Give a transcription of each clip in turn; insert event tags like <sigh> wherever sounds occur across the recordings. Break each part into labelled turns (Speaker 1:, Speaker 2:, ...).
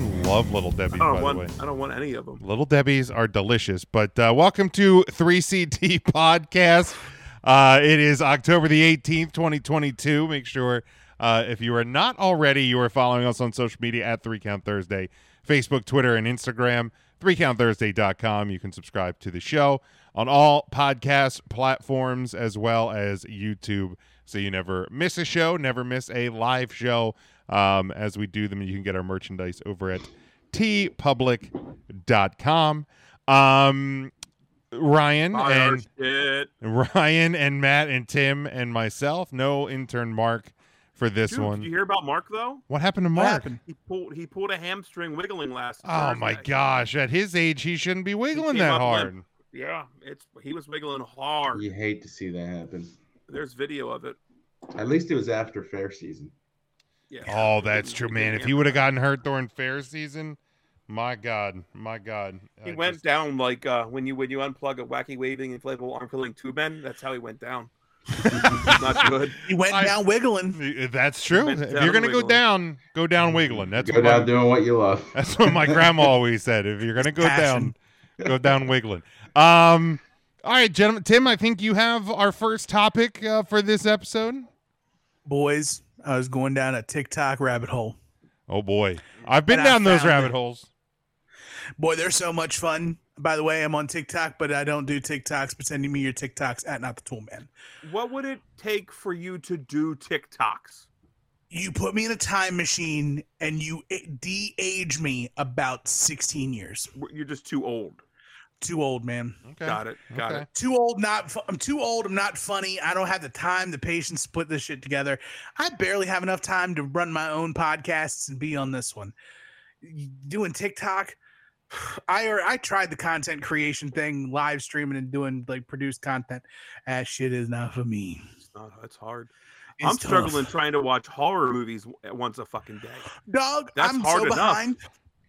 Speaker 1: Little Debbie's,
Speaker 2: I
Speaker 1: by
Speaker 2: don't
Speaker 1: the way.
Speaker 2: want. I don't want any of them.
Speaker 1: Little Debbie's are delicious. But uh, welcome to 3CT <laughs> Podcast. Uh, it is October the 18th, 2022. Make sure, uh, if you are not already, you are following us on social media at 3 Count Thursday, Facebook, Twitter, and Instagram. 3countthursday.com. You can subscribe to the show on all podcast platforms as well as YouTube so you never miss a show, never miss a live show um, as we do them. You can get our merchandise over at tpublic.com. Um, Ryan
Speaker 2: Buy our
Speaker 1: Mm, and
Speaker 2: shit.
Speaker 1: <laughs> Ryan and Matt and Tim and myself. No intern Mark for this
Speaker 2: Dude,
Speaker 1: one.
Speaker 2: did you hear about Mark though?
Speaker 1: what happened to Mark?
Speaker 3: happened?
Speaker 2: He pulled. He pulled a hamstring wiggling last.
Speaker 1: Oh my
Speaker 2: Thursday.
Speaker 1: gosh! At his age, he shouldn't be wiggling
Speaker 2: came
Speaker 1: that
Speaker 2: up
Speaker 1: hard.
Speaker 2: limp. Yeah, it's he was wiggling hard.
Speaker 3: You hate to see that happen.
Speaker 2: There's video of it.
Speaker 3: At least it was after fair season.
Speaker 2: Yeah.
Speaker 1: Oh, that's true, man. If he would have gotten hurt during fair season, my God, my God.
Speaker 2: He
Speaker 1: I
Speaker 2: went
Speaker 1: just-
Speaker 2: down like uh, when you when you unplug a wacky waving inflatable arm curling tube end. That's how he went down.
Speaker 1: <laughs>
Speaker 2: Not good.
Speaker 4: He went
Speaker 1: I-
Speaker 4: down wiggling.
Speaker 1: <laughs> That's true.
Speaker 2: went
Speaker 1: If
Speaker 2: down
Speaker 1: you're gonna go
Speaker 2: wiggling.
Speaker 1: down, go down wiggling. That's
Speaker 3: Go
Speaker 1: what my- <laughs>
Speaker 3: down doing what you love.
Speaker 1: That's what my grandma always said. If you're gonna go
Speaker 4: Passion.
Speaker 1: down,
Speaker 3: <laughs>
Speaker 1: go down wiggling. Um, all right, gentlemen. Tim, I think you have our first topic uh, for this episode.
Speaker 4: Boys, I was going down a TikTok rabbit hole.
Speaker 1: Oh boy, I've been
Speaker 4: And I
Speaker 1: down those
Speaker 4: found
Speaker 1: rabbit
Speaker 4: it.
Speaker 1: holes.
Speaker 4: Boy, they're so much fun. By the way, I'm on TikTok, but I don't do TikToks. But sending me your TikToks at Not the Tool Man.
Speaker 2: What would it take for you to do TikToks?
Speaker 4: You put me in a time machine and you de-age me about 16 years.
Speaker 2: You're just too old.
Speaker 4: Too old, man.
Speaker 1: Okay.
Speaker 2: Got it. Got
Speaker 1: Okay.
Speaker 2: it.
Speaker 4: Too old. Not. Fu- I'm too old. I'm not funny. I don't have the time, the patience to put this shit together. I barely have enough time to run my own podcasts and be on this one. Doing TikTok. <sighs> I or I tried the content creation thing, live streaming and doing like produced content. That shit is not for me.
Speaker 2: It's not. It's hard.
Speaker 4: It's
Speaker 2: I'm
Speaker 4: tough.
Speaker 2: struggling trying to watch horror movies w- once a fucking day.
Speaker 4: dog.
Speaker 2: That's
Speaker 4: I'm
Speaker 2: hard
Speaker 4: so
Speaker 2: enough.
Speaker 4: behind.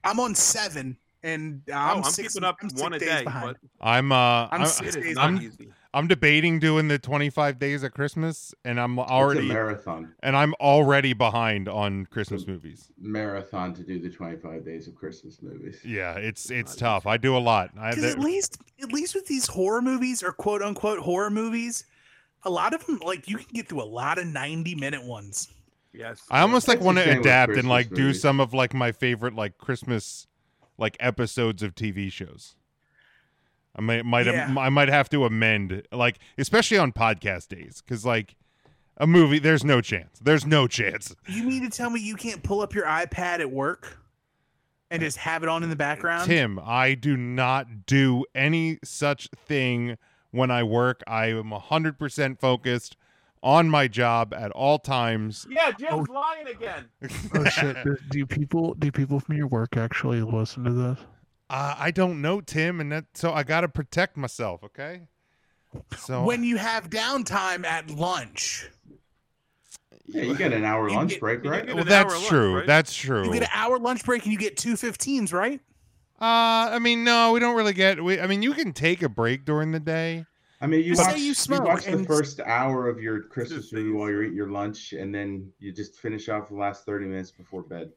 Speaker 4: I'm on seven, and uh,
Speaker 2: Oh,
Speaker 4: I'm,
Speaker 2: I'm
Speaker 4: six,
Speaker 2: keeping up
Speaker 4: I'm six
Speaker 2: one a
Speaker 4: days
Speaker 2: day,
Speaker 4: behind.
Speaker 2: but
Speaker 1: I'm uh,
Speaker 4: I'm
Speaker 1: I'm,
Speaker 4: <laughs> six
Speaker 2: it
Speaker 4: days
Speaker 2: is
Speaker 1: I'm-
Speaker 2: not easy.
Speaker 1: I'm debating doing the 25 days of Christmas, and I'm
Speaker 3: it's
Speaker 1: already
Speaker 3: a marathon.
Speaker 1: and I'm already behind on Christmas movies.
Speaker 3: Marathon to do the 25 days of Christmas movies.
Speaker 1: Yeah, it's it's
Speaker 2: Not
Speaker 1: tough. I do a lot. I,
Speaker 4: Because
Speaker 1: there-
Speaker 4: at least, at least with these horror movies or quote unquote horror movies, a lot of them like you can get through a lot of ninety minute ones.
Speaker 2: Yes.
Speaker 1: I almost like
Speaker 3: That's
Speaker 1: want
Speaker 3: the
Speaker 1: to
Speaker 3: thing with
Speaker 1: adapt and
Speaker 3: Christmas
Speaker 1: like do
Speaker 3: movies.
Speaker 1: some of like my favorite like Christmas like episodes of TV shows. I might might
Speaker 4: Yeah.
Speaker 1: I might have to amend like especially on podcast days because like a movie there's no chance there's no chance
Speaker 4: You mean to tell me you can't pull up your iPad at work and just have it on in the background?
Speaker 1: Tim, I do not do any such thing when I work. I am 100% focused on my job at all times.
Speaker 2: yeah, Jim's lying again.
Speaker 5: <laughs> Oh shit! Do, do people do people from your work actually listen to this?
Speaker 1: Uh, I don't know, Tim, and that so I got to protect myself, okay? So
Speaker 4: When you have downtime at lunch,
Speaker 3: Yeah, you get an hour
Speaker 4: You
Speaker 3: lunch
Speaker 4: get-
Speaker 3: break,
Speaker 2: you
Speaker 3: right?
Speaker 2: get
Speaker 1: well,
Speaker 2: an
Speaker 1: that's
Speaker 2: hour lunch,
Speaker 1: true.
Speaker 2: right?
Speaker 1: That's true.
Speaker 4: you get an hour lunch break and you get two 15s, right?
Speaker 1: uh, I mean, no, we don't really get. We, I mean, you can take a break during the day.
Speaker 3: I mean, you
Speaker 4: Say
Speaker 3: watch,
Speaker 4: you
Speaker 3: you
Speaker 4: smoke
Speaker 3: watch the
Speaker 4: and-
Speaker 3: first hour of your Christmas
Speaker 2: Just
Speaker 3: movie
Speaker 2: things.
Speaker 3: while you're eating your lunch, and then you just finish off the last 30 minutes before bed.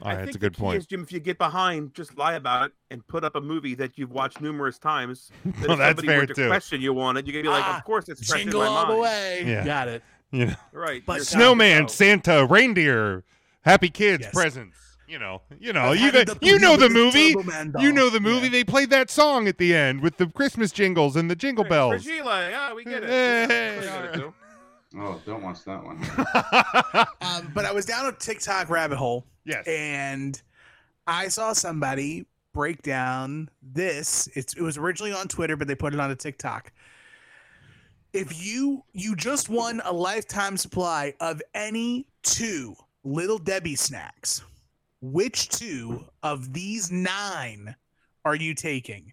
Speaker 1: All
Speaker 2: I
Speaker 1: right, that's
Speaker 2: think
Speaker 1: a good
Speaker 2: the key is,
Speaker 1: point.
Speaker 2: Jim, if you get behind, just lie about it and put up a movie that you've watched numerous
Speaker 4: <laughs>
Speaker 2: times. That
Speaker 1: Well,
Speaker 2: if
Speaker 1: that's
Speaker 2: somebody
Speaker 1: fair
Speaker 2: were to
Speaker 1: too.
Speaker 2: question you on it, you could be like,
Speaker 4: Ah,
Speaker 2: "Of course, it's fresh in
Speaker 4: Jingle
Speaker 2: my
Speaker 4: all
Speaker 2: mind."
Speaker 4: the way.
Speaker 1: Yeah.
Speaker 4: Got it.
Speaker 1: You know,
Speaker 2: Right.
Speaker 4: But
Speaker 2: you're down to
Speaker 1: snowman,
Speaker 2: go.
Speaker 1: Santa, reindeer, happy kids,
Speaker 4: Yes.
Speaker 1: presents. You know, you know,
Speaker 4: I've
Speaker 1: Oh, you
Speaker 4: had
Speaker 1: got,
Speaker 4: it up
Speaker 1: you
Speaker 4: until
Speaker 1: know the
Speaker 4: this
Speaker 1: movie.
Speaker 4: Turbo Man
Speaker 1: You
Speaker 4: doll.
Speaker 1: know the
Speaker 4: Yeah.
Speaker 1: movie. They played that song at the end with the Christmas jingles and the jingle
Speaker 2: Right,
Speaker 1: bells.
Speaker 2: Regila, yeah, we get it.
Speaker 1: Hey,
Speaker 2: Yeah, that's what you gotta do.
Speaker 3: Oh, don't watch that
Speaker 4: <laughs>
Speaker 3: one.
Speaker 4: Um, but I was down a TikTok rabbit hole
Speaker 1: <laughs> yes.
Speaker 4: and I saw somebody break down this. It's, it was originally on Twitter, but they put it on a TikTok. If you you just won a lifetime supply of any two Little Debbie snacks, which two of these nine are you taking?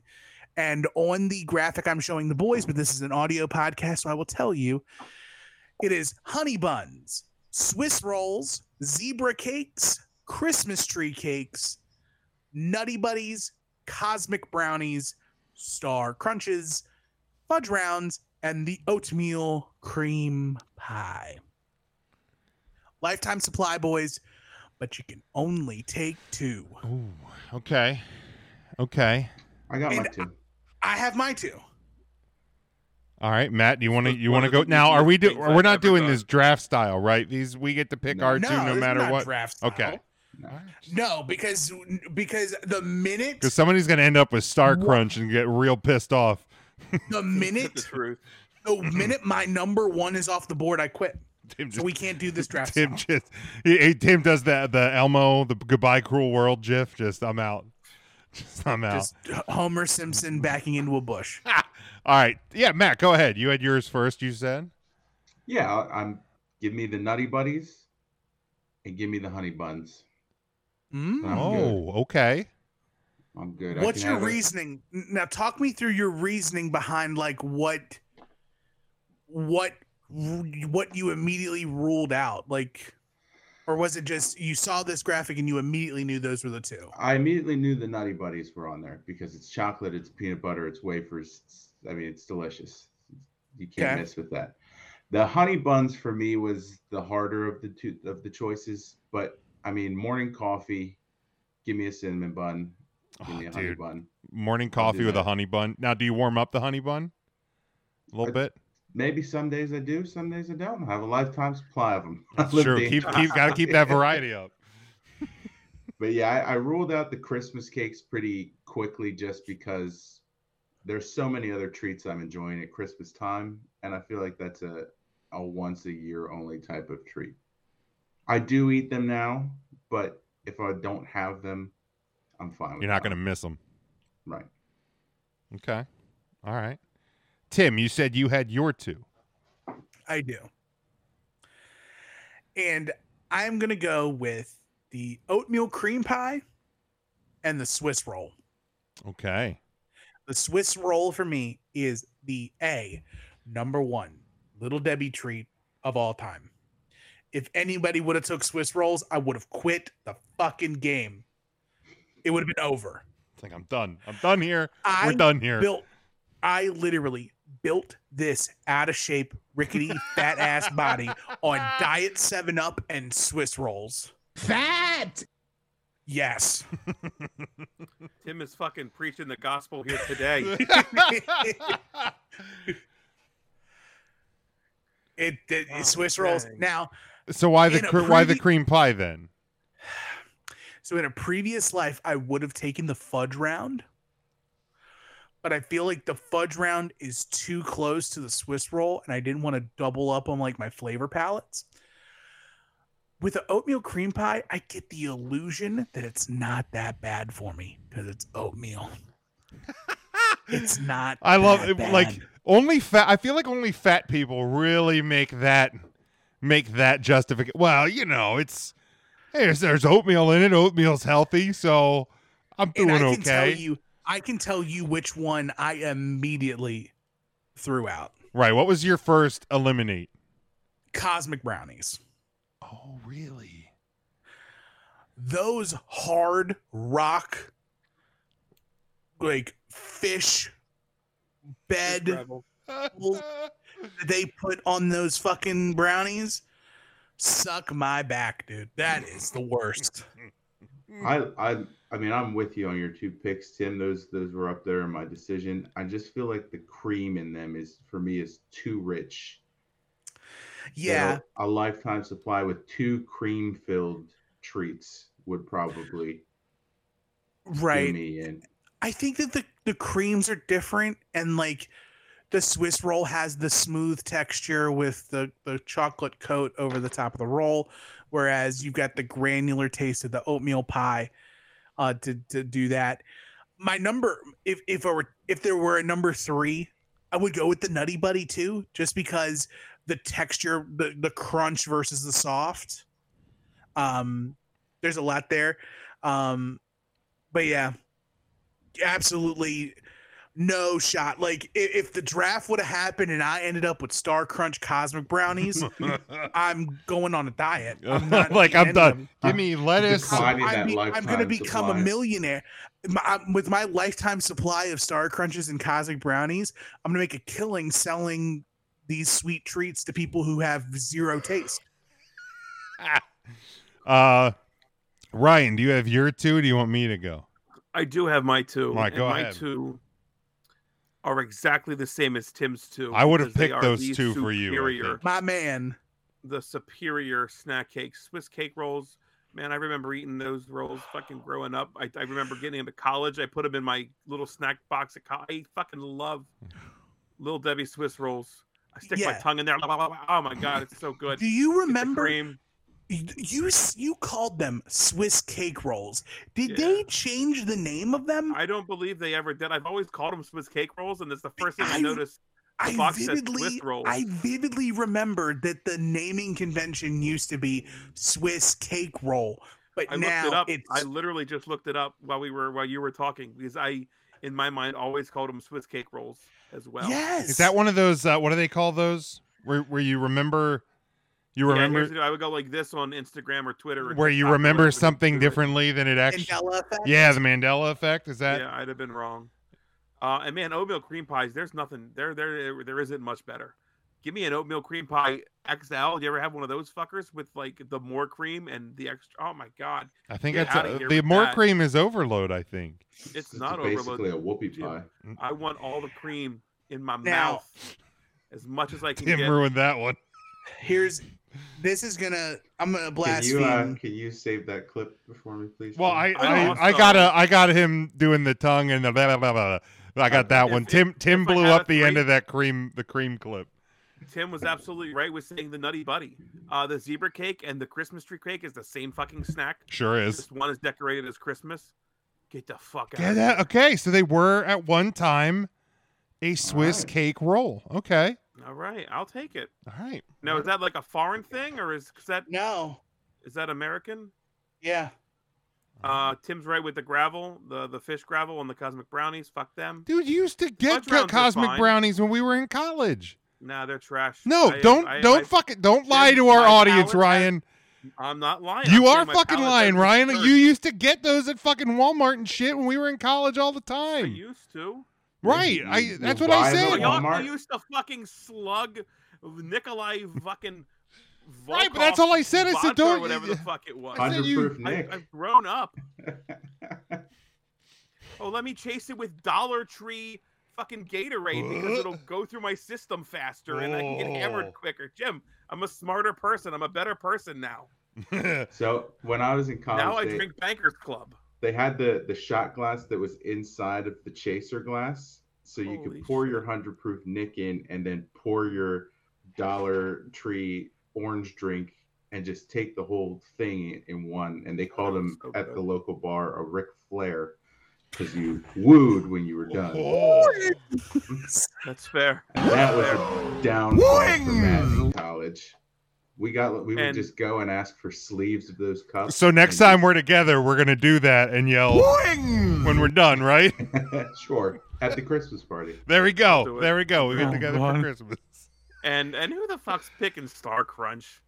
Speaker 4: And on the graphic I'm showing the boys, but this is an audio podcast, so I will tell you, it is honey buns, Swiss rolls, zebra cakes, Christmas tree cakes, Nutty Buddies, Cosmic Brownies, Star Crunches, Fudge Rounds, and the Oatmeal Cream Pie. Lifetime supply, boys, but you can only take two.
Speaker 1: Ooh, Okay. Okay.
Speaker 3: I got my
Speaker 4: And
Speaker 3: two.
Speaker 4: I have my two.
Speaker 1: All right, Matt. You want to
Speaker 2: This was
Speaker 1: you
Speaker 2: one
Speaker 1: want to
Speaker 2: of the
Speaker 1: go now? Are we do?
Speaker 2: easiest things I've
Speaker 1: We're not
Speaker 2: ever
Speaker 1: doing
Speaker 2: done.
Speaker 1: this draft style, right? These we get to pick
Speaker 3: No.
Speaker 1: our two
Speaker 4: No,
Speaker 1: no
Speaker 4: this is
Speaker 1: matter
Speaker 4: not
Speaker 1: what.
Speaker 4: Draft style.
Speaker 1: Okay.
Speaker 4: No, because because the minute
Speaker 1: Because somebody's going to end up with Star
Speaker 4: What?
Speaker 1: Crunch and get real pissed off.
Speaker 4: the
Speaker 2: the
Speaker 4: minute
Speaker 2: truth.
Speaker 4: the minute my number one is off the board, I quit.
Speaker 1: Tim
Speaker 4: So we can't do this
Speaker 1: <laughs>
Speaker 4: draft.
Speaker 1: Tim
Speaker 4: style.
Speaker 1: just he, he- Tim does the the Elmo the goodbye cruel world gif. Just I'm out. <laughs> Just I'm out.
Speaker 4: Just <laughs> Ah. Homer Simpson backing into a bush.
Speaker 1: All right. Yeah, Matt, go ahead. You had yours first. You said.
Speaker 3: Yeah, I- I'm. Give me the Nutty Buddies, and give me the Honey Buns.
Speaker 4: Hmm?
Speaker 3: I'm
Speaker 1: oh, okay.
Speaker 3: good. I'm good. I
Speaker 4: What's
Speaker 3: can
Speaker 4: your
Speaker 3: have it.
Speaker 4: reasoning? N- Now talk me through your reasoning behind like what what ru- what you immediately ruled out like or was it just you saw this graphic and you immediately knew those were the two?
Speaker 3: I immediately knew the Nutty Buddies were on there because it's chocolate, it's peanut butter, it's wafers. It's, I mean, it's delicious. You can't
Speaker 4: Okay.
Speaker 3: mess with that. The honey buns for me was the harder of the two of the choices, but I mean, morning coffee. Give me a cinnamon bun. Give
Speaker 1: Oh,
Speaker 3: me a honey
Speaker 1: dude,
Speaker 3: bun.
Speaker 1: morning coffee with a
Speaker 3: that.
Speaker 1: honey bun. Now, do you warm up the honey bun a little
Speaker 3: I- <laughs>
Speaker 1: bit?
Speaker 3: Maybe some days I do, some days I don't. I have a lifetime supply of them. <laughs> I live
Speaker 1: Sure.
Speaker 3: the
Speaker 1: Keep
Speaker 3: entire-
Speaker 1: keep got to keep that variety
Speaker 3: <laughs>
Speaker 1: up.
Speaker 3: But yeah, I, I ruled out the Christmas cakes pretty quickly just because there's so many other treats I'm enjoying at Christmas time, and I feel like that's a a once a year only type of treat. I do eat them now, but if I don't have them, I'm fine. With
Speaker 1: You're not
Speaker 3: that.
Speaker 1: going to miss them.
Speaker 3: right.
Speaker 1: Okay. All right. Tim, you said you had your two.
Speaker 4: I do. And I'm going to go with the oatmeal cream pie and the Swiss roll.
Speaker 1: Okay.
Speaker 4: The Swiss roll for me is the A, number one little Debbie treat of all time. If anybody would have took Swiss rolls, I would have quit the fucking game. It would have been over.
Speaker 1: It's like I'm done. I'm done here.
Speaker 4: I
Speaker 1: We're done here.
Speaker 4: built I literally built this out of shape, rickety, fat ass body on diet seven up and Swiss rolls.
Speaker 6: Fat!
Speaker 4: Yes. <laughs>
Speaker 2: Tim is fucking preaching the gospel here
Speaker 4: <laughs>
Speaker 2: today.
Speaker 4: It, it-
Speaker 2: Oh,
Speaker 4: Swiss rolls.
Speaker 2: dang.
Speaker 4: Now,
Speaker 1: <laughs> so why the
Speaker 4: In a
Speaker 1: cre- why the
Speaker 4: previ-
Speaker 1: cream pie then?
Speaker 4: so in a previous life, I would have taken the fudge round. But I feel like the fudge round is too close to the Swiss roll, and I didn't want to double up on like my flavor palettes. With the oatmeal cream pie, I get the illusion that it's not that bad for me because it's
Speaker 1: <laughs>
Speaker 4: oatmeal. It's not.
Speaker 1: I love
Speaker 4: that
Speaker 1: it, like
Speaker 4: bad.
Speaker 1: only fat. I feel like only fat people really make that make that justification. Well, you know, it's there's there's oatmeal in it. Oatmeal's healthy, so I'm doing
Speaker 4: and I can tell
Speaker 1: okay.
Speaker 4: you, I can tell you which one I immediately threw out.
Speaker 1: right? What was your first eliminate?
Speaker 4: Cosmic brownies.
Speaker 1: Oh, really?
Speaker 4: Those hard rock, like fish bed that
Speaker 2: Travel.
Speaker 4: they put on those fucking brownies. Suck my back, dude. That is the worst.
Speaker 3: I I I mean I'm with you on your two picks, Tim. Those those were up there in my decision. I just feel like the cream in them is for me is too rich. that
Speaker 4: Yeah.
Speaker 3: a, a lifetime supply with two cream filled treats would probably do
Speaker 4: right.
Speaker 3: me in.
Speaker 4: I think that the, the creams are different and like the Swiss roll has the smooth texture with the, the chocolate coat over the top of the roll, whereas you've got the granular taste of the oatmeal pie uh, to, to do that. My number, if if I were if there were a number three, I would go with the Nutty Buddy too, just because the texture, the the crunch versus the soft. Um, there's a lot there, um, but yeah, absolutely no shot. Like if, if the draft would have happened and I ended up with Star Crunch Cosmic Brownies, I'm going on a diet.
Speaker 1: <laughs>
Speaker 4: I'm not
Speaker 1: Like,
Speaker 4: eating
Speaker 1: I'm
Speaker 4: any of
Speaker 1: done.
Speaker 4: them.
Speaker 1: Give me lettuce.
Speaker 3: Decline.
Speaker 4: I'm,
Speaker 3: Finding that
Speaker 4: going to
Speaker 3: lifetime
Speaker 4: become
Speaker 3: supply.
Speaker 4: a millionaire my, I'm- with my lifetime supply of Star Crunches and Cosmic Brownies. I'm going to make a killing selling these sweet treats to people who have zero taste.
Speaker 1: Uh, Ryan, do you have your two? Or do you want me to go?
Speaker 2: I do have my two.
Speaker 1: Mike,
Speaker 2: and
Speaker 1: go
Speaker 2: my
Speaker 1: ahead.
Speaker 2: two are exactly the same as Tim's two.
Speaker 1: I would have
Speaker 2: because they
Speaker 1: picked
Speaker 2: are
Speaker 1: those
Speaker 2: the
Speaker 1: two for you, I
Speaker 2: superior-
Speaker 4: My man.
Speaker 2: The superior snack cakes, Swiss cake rolls. Man, I remember eating those rolls fucking growing up. I, I remember getting them at college. I put them in my little snack box at college. I fucking love Little Debbie Swiss rolls. I stick my
Speaker 4: Yeah.
Speaker 2: tongue in there. blah, blah, blah, blah. Oh my god, it's so good.
Speaker 4: Do you
Speaker 2: Get the
Speaker 4: remember
Speaker 2: cream.
Speaker 4: you you s- you called them Swiss cake rolls? Did
Speaker 2: Yeah.
Speaker 4: they change the name of them?
Speaker 2: I don't believe they ever did. I've always called them Swiss cake rolls, and it's the first thing I,
Speaker 4: I-
Speaker 2: noticed. the
Speaker 4: I
Speaker 2: box says Swiss
Speaker 4: vividly
Speaker 2: rolls.
Speaker 4: I vividly remembered that the naming convention used to be Swiss cake roll, but
Speaker 2: I
Speaker 4: now
Speaker 2: looked it up. I
Speaker 4: it's
Speaker 2: literally just looked it up while we were while you were talking because I, in my mind, always called them Swiss cake rolls as well.
Speaker 4: yes.
Speaker 1: Is that one of those? Uh, what do they call those? Where where you remember, you
Speaker 2: Yeah,
Speaker 1: remember
Speaker 2: here's the- I would go like this on Instagram or Twitter. or
Speaker 1: where you
Speaker 2: TikTok or whatever
Speaker 1: remember
Speaker 2: to
Speaker 1: something
Speaker 2: do it.
Speaker 1: differently than it actually.
Speaker 4: Mandela effect?
Speaker 1: Yeah, the Mandela effect. Is that?
Speaker 2: Yeah, I'd have been wrong. Uh, and man, oatmeal cream pies. There's nothing there. There, there isn't much better. Give me an oatmeal cream pie XL. Do you ever have one of those fuckers with like the more cream and the extra? Oh my god,
Speaker 1: I think
Speaker 2: Get
Speaker 1: that's
Speaker 2: outta
Speaker 1: a-
Speaker 2: here
Speaker 1: the
Speaker 2: with
Speaker 1: more
Speaker 2: that.
Speaker 1: cream is overload. I think.
Speaker 2: <laughs> it's
Speaker 3: It's
Speaker 2: not
Speaker 3: basically
Speaker 2: overloaded.
Speaker 3: a whoopie
Speaker 2: Yeah.
Speaker 3: pie.
Speaker 2: I want all the cream in my
Speaker 4: Now-
Speaker 2: mouth as much as I can
Speaker 1: Tim
Speaker 2: get.
Speaker 1: ruined that one.
Speaker 4: Here's this is gonna I'm gonna
Speaker 3: Can
Speaker 4: blaspheme.
Speaker 3: you, uh, can you save that clip for me, please?
Speaker 1: Well,
Speaker 3: Jim?
Speaker 1: I
Speaker 2: I
Speaker 1: I,
Speaker 2: know,
Speaker 1: I
Speaker 2: so-
Speaker 1: got a I got him doing the tongue and the blah blah blah. blah. blah. I got that
Speaker 2: If-
Speaker 1: one.
Speaker 2: if-
Speaker 1: Tim Tim
Speaker 2: if I
Speaker 1: blew
Speaker 2: had a
Speaker 1: up the end
Speaker 2: three-
Speaker 1: of that cream the cream clip.
Speaker 2: Tim was absolutely right with saying the Nutty Buddy. Uh, the zebra cake and the Christmas tree cake is the same fucking snack.
Speaker 1: Sure is.
Speaker 2: This one is decorated as Christmas. Get the fuck out.
Speaker 1: Yeah,
Speaker 2: of
Speaker 1: that,
Speaker 2: here.
Speaker 1: okay, so they were at one time a Swiss
Speaker 3: right.
Speaker 1: cake roll. Okay.
Speaker 2: All right, I'll take it.
Speaker 1: All right.
Speaker 2: Now, is that like a foreign thing, or is, is that
Speaker 4: no.
Speaker 2: is that American?
Speaker 3: <laughs>
Speaker 4: Yeah. <laughs>
Speaker 2: Uh, Tim's right with the gravel, the the fish gravel, and the cosmic brownies. Fuck them.
Speaker 1: Dude, you used to get
Speaker 2: Fudge rounds are
Speaker 1: cosmic
Speaker 2: fine.
Speaker 1: brownies when we were in college.
Speaker 2: Nah, they're trash.
Speaker 1: No,
Speaker 2: I-
Speaker 1: don't
Speaker 2: I-
Speaker 1: don't
Speaker 2: I-
Speaker 1: fucking don't lie to our
Speaker 2: my palate has-
Speaker 1: audience, Ryan.
Speaker 2: I'm not lying.
Speaker 1: You are
Speaker 2: I'm saying my
Speaker 1: fucking
Speaker 2: palate
Speaker 1: lying,
Speaker 2: doesn't
Speaker 1: Ryan.
Speaker 2: hurt.
Speaker 1: You used to get those at fucking Walmart and shit when we were in college all the
Speaker 2: I
Speaker 1: time.
Speaker 2: used to.
Speaker 1: Right.
Speaker 3: You-
Speaker 1: I
Speaker 3: you
Speaker 1: that's what I
Speaker 3: buy them
Speaker 2: Oh,
Speaker 1: said.
Speaker 3: at
Speaker 2: y'all
Speaker 3: Walmart?
Speaker 2: used to fucking slug Nikolai fucking.
Speaker 1: Right, but that's all I said. I said,
Speaker 2: vodka or
Speaker 1: don't-
Speaker 2: whatever
Speaker 1: <laughs>
Speaker 2: the fuck it was.
Speaker 1: I said
Speaker 3: Hundred
Speaker 1: you-
Speaker 3: proof
Speaker 2: I,
Speaker 3: Nick.
Speaker 2: I've grown up. Oh, let me chase it with Dollar Tree fucking Gatorade because it'll go through my system faster and I can get
Speaker 1: Oh.
Speaker 2: hammered quicker. Jim, I'm a smarter person. I'm a better person now.
Speaker 3: so when I was in college,
Speaker 2: now I
Speaker 3: they,
Speaker 2: drink Banker's Club.
Speaker 3: they had the the shot glass that was inside of the chaser glass, so you
Speaker 2: Holy
Speaker 3: could pour your
Speaker 2: shit.
Speaker 3: hundred proof Nick in, and then pour your Dollar Tree orange drink, and just take the whole thing in one. And they called them
Speaker 2: So
Speaker 3: at
Speaker 2: good.
Speaker 3: the local bar a Ric Flair because you wooed when you were done.
Speaker 2: That's fair.
Speaker 3: And that was a downfall for Matt in college. We got we would
Speaker 2: And-
Speaker 3: just go and ask for sleeves of those cups.
Speaker 1: So next time we're together, we're gonna do that and yell when we're done, right? <laughs>
Speaker 3: we're <laughs> sure at the Christmas party.
Speaker 1: There we go.
Speaker 2: do it.
Speaker 1: There we go. We get
Speaker 5: Oh,
Speaker 1: together for
Speaker 5: God.
Speaker 1: Christmas.
Speaker 2: And and who the fuck's picking Star Crunch?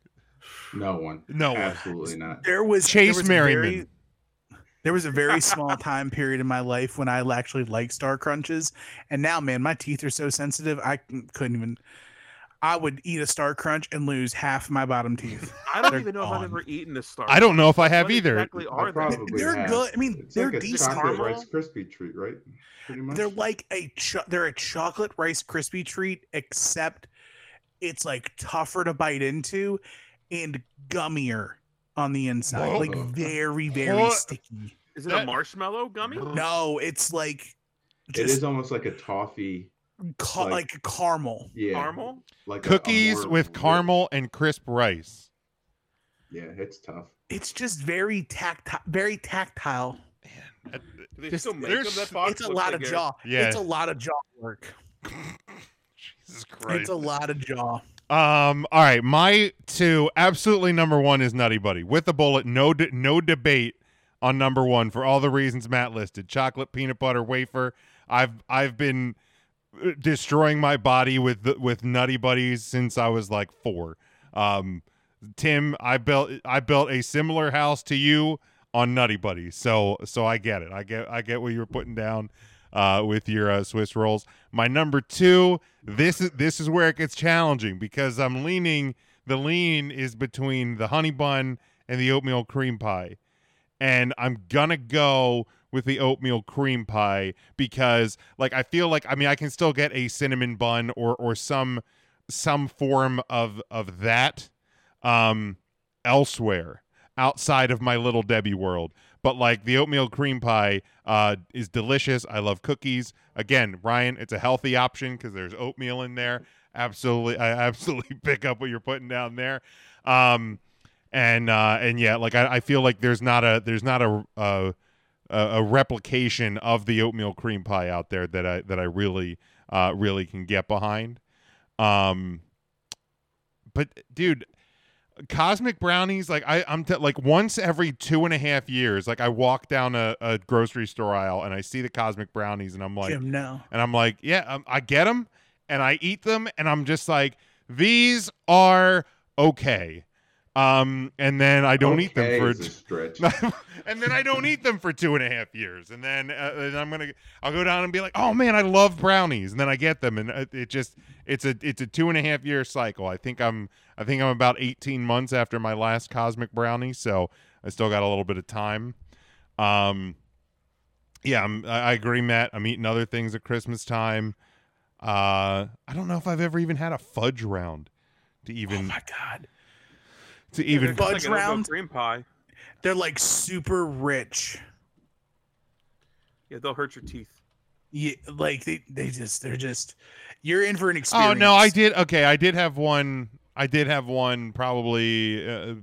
Speaker 3: No one,
Speaker 1: No one.
Speaker 3: absolutely not.
Speaker 4: There was
Speaker 1: Chase
Speaker 4: there was a
Speaker 1: Merriman.
Speaker 4: very- There was a very small time period in my life when I actually liked Star Crunches, and now, man, my teeth are so sensitive I c- couldn't even. I would eat a Star Crunch and lose half my bottom teeth.
Speaker 2: I don't
Speaker 4: They're
Speaker 2: even know if
Speaker 4: gone.
Speaker 2: I've ever eaten a Star.
Speaker 1: I don't know if I
Speaker 2: Crunch.
Speaker 1: have
Speaker 2: What
Speaker 1: either.
Speaker 2: Exactly
Speaker 3: I
Speaker 2: are they?
Speaker 3: <laughs> probably
Speaker 4: They're
Speaker 3: have.
Speaker 4: good. I mean,
Speaker 3: It's
Speaker 4: they're
Speaker 3: like a
Speaker 4: decent.
Speaker 3: chocolate
Speaker 2: Caramel?
Speaker 3: Rice Krispie treat, right? Pretty much.
Speaker 4: They're like a cho- they're a chocolate rice crispy treat, except it's like tougher to bite into and gummier on the inside,
Speaker 1: Whoa.
Speaker 4: like very very
Speaker 1: What?
Speaker 4: sticky.
Speaker 2: Is it a
Speaker 1: That-
Speaker 2: marshmallow gummy?
Speaker 4: No, it's like
Speaker 3: it
Speaker 4: just
Speaker 3: is almost like a toffee.
Speaker 4: ca-
Speaker 3: like-
Speaker 4: like caramel.
Speaker 3: Yeah,
Speaker 2: Caramel?
Speaker 3: like a- a
Speaker 1: Cookies
Speaker 3: more
Speaker 1: with
Speaker 3: rich-
Speaker 1: caramel and crisp rice. <laughs>
Speaker 3: Yeah, it's tough.
Speaker 4: It's just very tactile, very tactile.
Speaker 2: Do they
Speaker 1: Just-
Speaker 2: still make them?
Speaker 1: there's-
Speaker 2: That box
Speaker 4: it's a
Speaker 2: looks
Speaker 4: lot
Speaker 2: like
Speaker 4: of jaw.
Speaker 1: Yeah.
Speaker 4: It's a lot of jaw work.
Speaker 1: Jesus Christ.
Speaker 4: It's a lot of jaw.
Speaker 1: Um. All right. My two absolutely number one is Nutty Buddy with a bullet. No. De- no debate on number one for all the reasons Matt listed: chocolate, peanut butter, wafer. I've I've been uh, destroying my body with the, with Nutty Buddies since I was like four. Um, Tim, I built I built a similar house to you on Nutty Buddies, so so I get it. I get I get what you were putting down uh, with your uh, Swiss rolls. My number two, this is this is where it gets challenging because I'm leaning. The lean is between the honey bun and the oatmeal cream pie, and I'm gonna go with the oatmeal cream pie because like I feel like I mean I can still get a cinnamon bun or or some some form of of that um elsewhere outside of my little Debbie world. But like the oatmeal cream pie uh is delicious. I love cookies. Again, Ryan, it's a healthy option cuz there's oatmeal in there. Absolutely I <laughs> absolutely pick up what you're putting down there. Um and uh and yeah, like I, I feel like there's not a there's not a uh a, a replication of the oatmeal cream pie out there that I that I really uh, really can get behind. Um, but dude, cosmic brownies like I I'm t- like once every two and a half years, like I walk down a, a grocery store aisle and I see the cosmic brownies and I'm like,
Speaker 4: Jim, no.
Speaker 1: and I'm like, yeah, um, I get them and I eat them and I'm just like, these are okay. Um, and then I don't eat them
Speaker 3: Okay
Speaker 1: for
Speaker 3: is a stretch.
Speaker 1: <laughs> and then I don't eat them for two and a half years, and then uh, and I'm gonna I'll go down and be like, oh man, I love brownies, and then I get them, and uh, it, it just it's a it's a two and a half year cycle. I think I'm I think I'm about 18 months after my last cosmic brownie, so I still got a little bit of time. Um, yeah, I'm, I I agree, Matt. I'm eating other things at Christmas time. Uh, I don't know if I've ever even had a fudge round to
Speaker 4: oh
Speaker 1: even
Speaker 4: my god.
Speaker 1: to
Speaker 2: There's
Speaker 1: even
Speaker 2: just
Speaker 4: Fudge
Speaker 2: an oatmeal
Speaker 4: round?
Speaker 2: cream pie.
Speaker 4: They're like super rich.
Speaker 2: Yeah, they'll hurt your teeth.
Speaker 4: Yeah, like they, they just they're just you're in for an
Speaker 1: Oh
Speaker 4: experience.
Speaker 1: no, I did. Okay, I did have one. I did have one. Probably uh,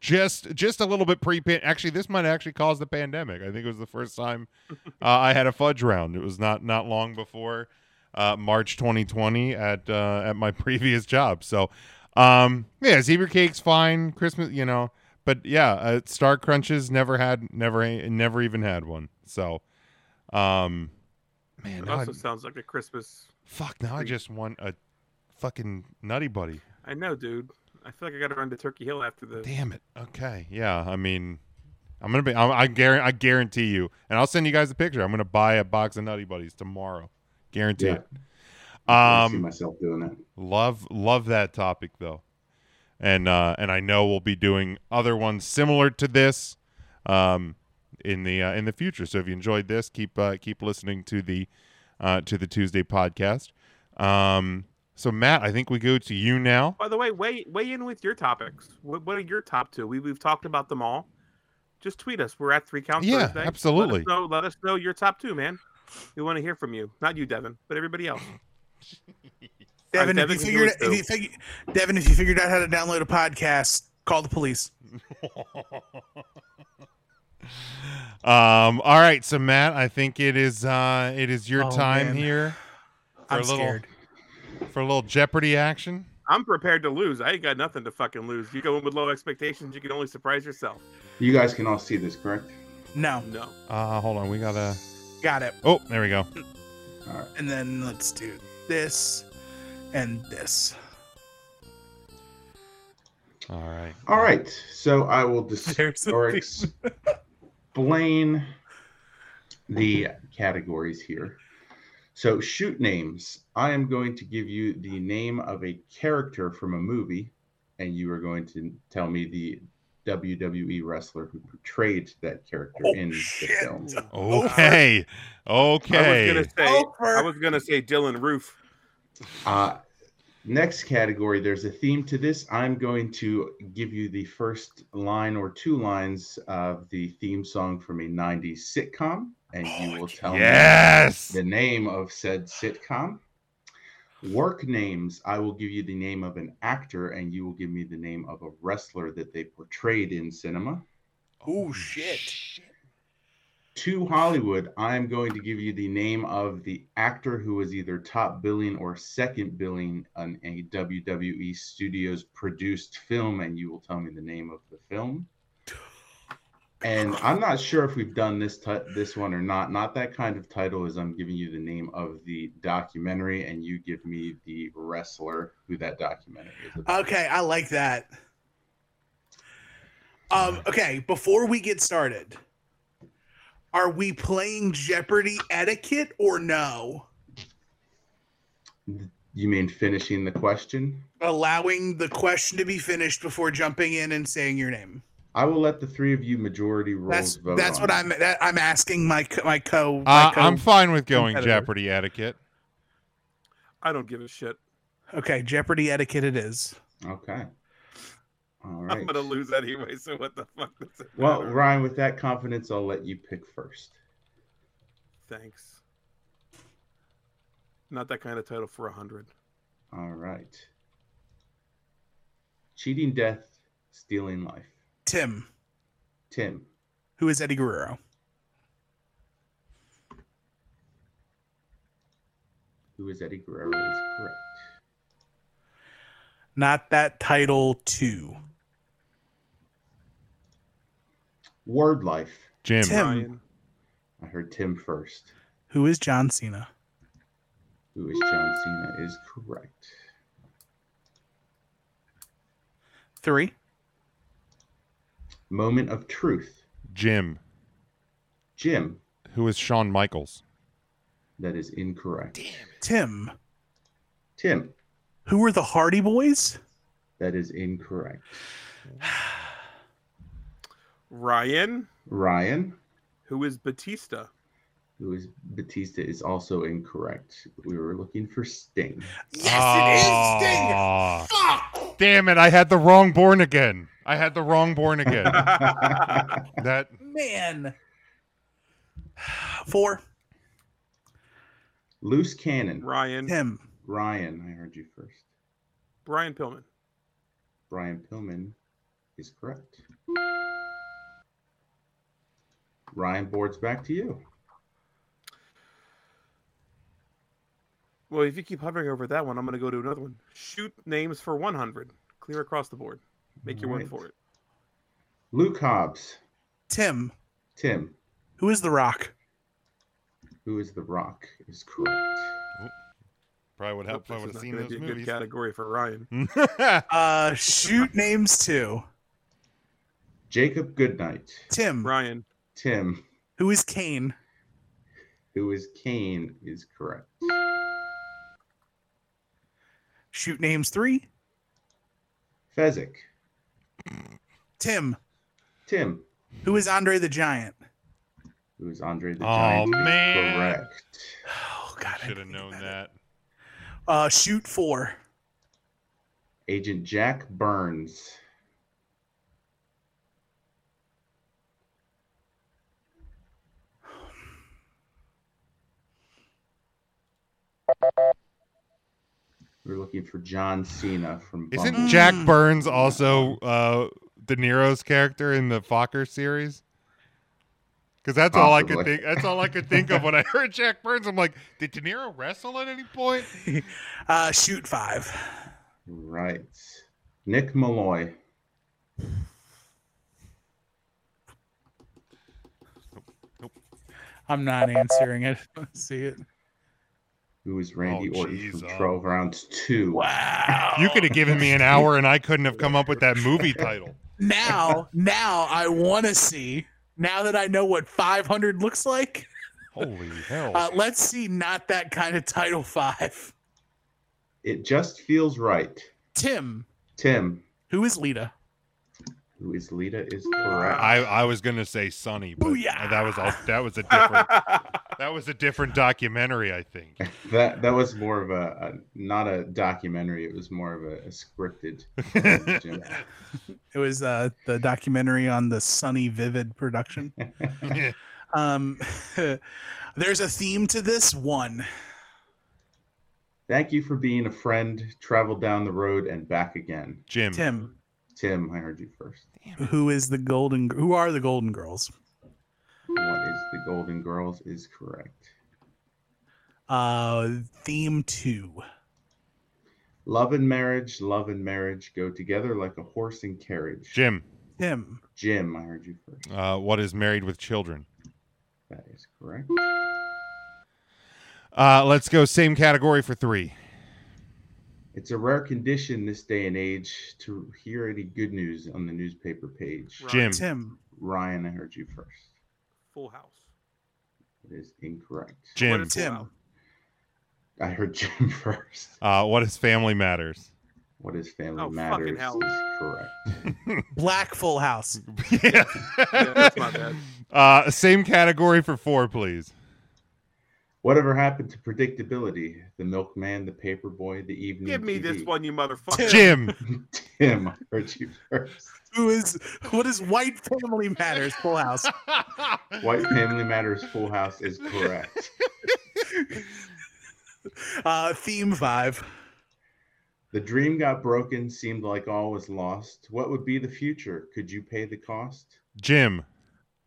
Speaker 1: just just a little bit pre. Actually, this might actually cause the pandemic. I think it was the first time uh, I had a fudge round. It was not not long before uh, March 2020 at uh, at my <laughs> previous job. So um, yeah, zebra cakes fine. Christmas, you know. But yeah, uh, Star Crunches never had, never, never even had one. So, um, man,
Speaker 2: It
Speaker 1: now
Speaker 2: also
Speaker 1: I-
Speaker 2: sounds like a Christmas.
Speaker 1: Fuck, now I
Speaker 2: Agreed.
Speaker 1: just want a fucking nutty buddy.
Speaker 2: I know, dude. I feel like I got to run to Turkey Hill after this.
Speaker 1: Damn it. Okay. Yeah, I mean I'm going to be I I, guar- I guarantee you. And I'll send you guys a picture. I'm going to buy a box of nutty buddies tomorrow. Guarantee
Speaker 3: Yeah.
Speaker 1: it.
Speaker 3: I see
Speaker 1: Um
Speaker 3: myself doing that.
Speaker 1: love love that topic though. And uh and I know we'll be doing other ones similar to this um in the uh, in the future. So if you enjoyed this, keep uh, keep listening to the uh to the Tuesday podcast. Um so Matt, I think we go to you now.
Speaker 4: <laughs>
Speaker 2: By the way, weigh weigh in with your topics. What, what are your top two? We we've talked about them all. Just tweet us. We're at three count.
Speaker 1: Yeah,
Speaker 2: Thursday. Let
Speaker 1: absolutely.
Speaker 2: us, know, let us know your top two, man. We want to hear from you. Not you, Devin, but everybody
Speaker 1: <laughs>
Speaker 2: else.
Speaker 4: Devin,
Speaker 2: Devin
Speaker 4: if
Speaker 2: can
Speaker 4: you
Speaker 2: do
Speaker 4: figured
Speaker 2: it,
Speaker 4: if you figure, Devin, if you figured out how to download a podcast, call the police.
Speaker 1: um all right so matt i think it is uh it is your
Speaker 4: Oh,
Speaker 1: time
Speaker 4: man.
Speaker 1: here For
Speaker 4: I'm
Speaker 1: a little-
Speaker 4: scared.
Speaker 1: for a little jeopardy action
Speaker 2: I'm prepared to lose. I ain't got nothing to fucking lose. You go in with low expectations, you can only surprise yourself.
Speaker 3: You guys can all see this, correct?
Speaker 4: No,
Speaker 2: No.
Speaker 1: uh hold on we gotta
Speaker 4: got it.
Speaker 1: oh there we go
Speaker 4: And then let's do this and this.
Speaker 1: all right
Speaker 3: All right. So I will
Speaker 4: <laughs>
Speaker 3: dis-
Speaker 4: There's
Speaker 3: or
Speaker 4: a
Speaker 3: explain the categories here. So, shoot names. I am going to give you the name of a character from a movie, and you are going to tell me the WWE wrestler who portrayed that character
Speaker 4: Oh,
Speaker 3: in the
Speaker 4: shit.
Speaker 3: film.
Speaker 1: okay
Speaker 2: I was
Speaker 1: okay
Speaker 2: gonna say
Speaker 4: Over.
Speaker 2: I was gonna say Dylan Roof.
Speaker 3: Uh, next category, there's a theme to this. I'm going to give you the first line or two lines of the theme song from a 90s sitcom, and
Speaker 4: Oh,
Speaker 3: you will
Speaker 2: oh,
Speaker 3: tell me
Speaker 1: yes
Speaker 3: the name of said sitcom. Work names. I will give you the name of an actor, and you will give me the name of a wrestler that they portrayed in cinema.
Speaker 4: Oh shit.
Speaker 3: To Hollywood, I am going to give you the name of the actor who was either top billing or second billing on a WWE Studios produced film, and you will tell me the name of the
Speaker 4: <sighs>
Speaker 3: film. And I'm not sure if we've done this ti- this one or not. Not that kind of title is I'm giving you the name of the documentary, and you give me the wrestler who that documentary is about.
Speaker 4: Okay, I like that. Um, okay, before we get started, are we playing Jeopardy etiquette or no?
Speaker 3: You mean finishing the question?
Speaker 4: Allowing the question to be finished before jumping in and saying your name.
Speaker 3: I will let the three of you majority rules
Speaker 4: That's
Speaker 3: vote.
Speaker 4: that's
Speaker 3: on
Speaker 4: what
Speaker 3: it.
Speaker 4: I'm that, I'm asking my co- my co. My
Speaker 1: Uh, I'm fine with going
Speaker 4: competitor.
Speaker 1: Jeopardy etiquette.
Speaker 2: I don't give a shit.
Speaker 4: co- okay, Jeopardy etiquette it is.
Speaker 3: Okay. All right.
Speaker 2: I'm gonna lose anyway. So what the fuck? Does it
Speaker 3: Well,
Speaker 2: matter?
Speaker 3: Ryan, with that confidence, I'll let you pick first.
Speaker 2: Thanks. Not that kind of title for a hundred.
Speaker 3: All right. Cheating death, stealing life.
Speaker 4: Tim,
Speaker 3: Tim,
Speaker 4: who is Eddie Guerrero?
Speaker 3: who is Eddie Guerrero, is correct.
Speaker 4: Not that title two.
Speaker 3: Word life.
Speaker 1: Jim,
Speaker 4: Tim.
Speaker 2: Ryan,
Speaker 3: I heard Tim first.
Speaker 4: Who is John Cena?
Speaker 3: Who is John Cena is correct.
Speaker 4: Three.
Speaker 3: Moment of truth.
Speaker 1: Jim,
Speaker 3: Jim,
Speaker 1: who is Shawn Michaels?
Speaker 3: that is incorrect.
Speaker 4: Tim,
Speaker 3: Tim,
Speaker 4: who were the Hardy Boys?
Speaker 3: that is incorrect.
Speaker 2: Ryan,
Speaker 3: Ryan,
Speaker 2: who is Batista?
Speaker 3: who is Batista, is also incorrect. We were looking for Sting.
Speaker 1: Aw. Ah. Damn it! I had the wrong born again. I had the wrong born
Speaker 2: <laughs>
Speaker 1: again. that
Speaker 4: Man. <sighs> Four.
Speaker 3: <laughs> Loose cannon.
Speaker 2: Ryan,
Speaker 4: Tim.
Speaker 3: Ryan, I heard you first.
Speaker 2: Brian Pillman.
Speaker 3: Brian Pillman is correct. Ryan boards back to you.
Speaker 2: Well, if you keep hovering over that one, I'm gonna go to another one. Shoot names for 100, clear across the board. Make your
Speaker 3: Alright.
Speaker 2: one for it.
Speaker 3: Luke Hobbs.
Speaker 4: Tim,
Speaker 3: Tim,
Speaker 4: who is The Rock?
Speaker 3: who is The Rock, is correct.
Speaker 1: probably would help if I
Speaker 2: This
Speaker 1: would
Speaker 2: is
Speaker 1: have
Speaker 2: not
Speaker 1: seen
Speaker 2: gonna
Speaker 1: those
Speaker 2: be a good
Speaker 1: movies.
Speaker 2: category for Ryan.
Speaker 1: <laughs>
Speaker 4: Uh, shoot names too.
Speaker 3: Jacob Goodnight.
Speaker 4: Tim,
Speaker 2: Ryan,
Speaker 3: Tim,
Speaker 4: who is Kane?
Speaker 3: who is Kane, is correct.
Speaker 4: Shoot names three.
Speaker 3: Fezzik.
Speaker 4: Tim,
Speaker 3: Tim,
Speaker 4: who is Andre the Giant? <sighs>
Speaker 3: who is Andre the
Speaker 1: Oh,
Speaker 3: Giant, is
Speaker 1: man.
Speaker 3: correct.
Speaker 4: Oh God, I
Speaker 1: Should have
Speaker 4: didn't
Speaker 1: known
Speaker 4: think about
Speaker 1: that.
Speaker 4: it. Uh, shoot four.
Speaker 3: Agent Jack Burns. We're looking for John Cena from.
Speaker 1: Isn't
Speaker 3: Bumble.
Speaker 1: Jack
Speaker 4: Mm.
Speaker 1: Burns also uh, De Niro's character in the Fokker series? Because that's all I could
Speaker 3: Possibly.
Speaker 1: think. That's all I could think of when I <laughs> heard Jack Burns. I'm like, did De Niro wrestle at any point?
Speaker 4: Uh, shoot five.
Speaker 3: right? Nick Malloy.
Speaker 4: I'm not answering <laughs> it. See it.
Speaker 3: Who is Randy
Speaker 1: Oh,
Speaker 3: Orton
Speaker 1: geez,
Speaker 3: from
Speaker 1: uh,
Speaker 3: Twelve Rounds Two?
Speaker 4: Wow.
Speaker 1: You could have given me an hour, and I couldn't have come up with that movie title.
Speaker 4: <laughs> now, now I want to see. Now that I know what 500 looks like,
Speaker 1: Holy hell!
Speaker 4: uh, let's see. Not that kind of title five.
Speaker 3: It just feels right.
Speaker 4: Tim,
Speaker 3: Tim,
Speaker 4: who is Lita?
Speaker 3: who is Lita, is correct.
Speaker 1: I, I was gonna say Sonny, but
Speaker 4: Booyah!
Speaker 1: that was all, that was a different that was a different documentary, I think.
Speaker 3: That that was more of a, a not a documentary. It was more of a, a scripted. Jim.
Speaker 4: It was uh, the documentary on the Sunny Vivid production. Um, <laughs> there's a theme to this one.
Speaker 3: Thank you for being a friend. Travel down the road and back again.
Speaker 1: Jim,
Speaker 4: Tim,
Speaker 3: Tim, I heard you first.
Speaker 4: who is the golden? Who are the Golden Girls?
Speaker 3: What is the Golden Girls is correct.
Speaker 4: Uh, theme two.
Speaker 3: Love and marriage, love and marriage go together like a horse and carriage.
Speaker 1: Jim,
Speaker 4: Tim,
Speaker 3: Jim, I heard you first.
Speaker 1: uh, what is married with children?
Speaker 3: That is correct.
Speaker 1: Uh, let's go same category for three.
Speaker 3: It's a rare condition this day and age to hear any good news on the newspaper page.
Speaker 2: Right.
Speaker 1: Jim,
Speaker 4: Tim,
Speaker 3: Ryan, I heard you first.
Speaker 2: Full House.
Speaker 3: It is incorrect.
Speaker 2: What
Speaker 1: Jim,
Speaker 2: is Full
Speaker 4: Tim.
Speaker 2: House?
Speaker 3: I heard Jim <laughs> first.
Speaker 2: <laughs>
Speaker 1: uh, what is family matters?
Speaker 3: What is Family
Speaker 2: Oh, fucking
Speaker 3: Matters
Speaker 2: hell.
Speaker 3: is correct.
Speaker 4: Black Full House.
Speaker 1: yeah.
Speaker 2: that's my bad.
Speaker 1: <laughs> Uh, same category for four, please.
Speaker 3: Whatever happened to predictability? The milkman, the paperboy, the evening.
Speaker 2: Give me this
Speaker 3: TV?
Speaker 2: one, you motherfucker. <laughs>
Speaker 1: Jim.
Speaker 3: Tim, I heard you first.
Speaker 4: Who is what is White Family Matters
Speaker 1: <laughs>
Speaker 4: Full House?
Speaker 3: White Family Matters Full House is correct.
Speaker 4: Uh, theme five.
Speaker 3: The dream got broken, seemed like all was lost. What would be the future? Could you pay the cost?
Speaker 1: Jim.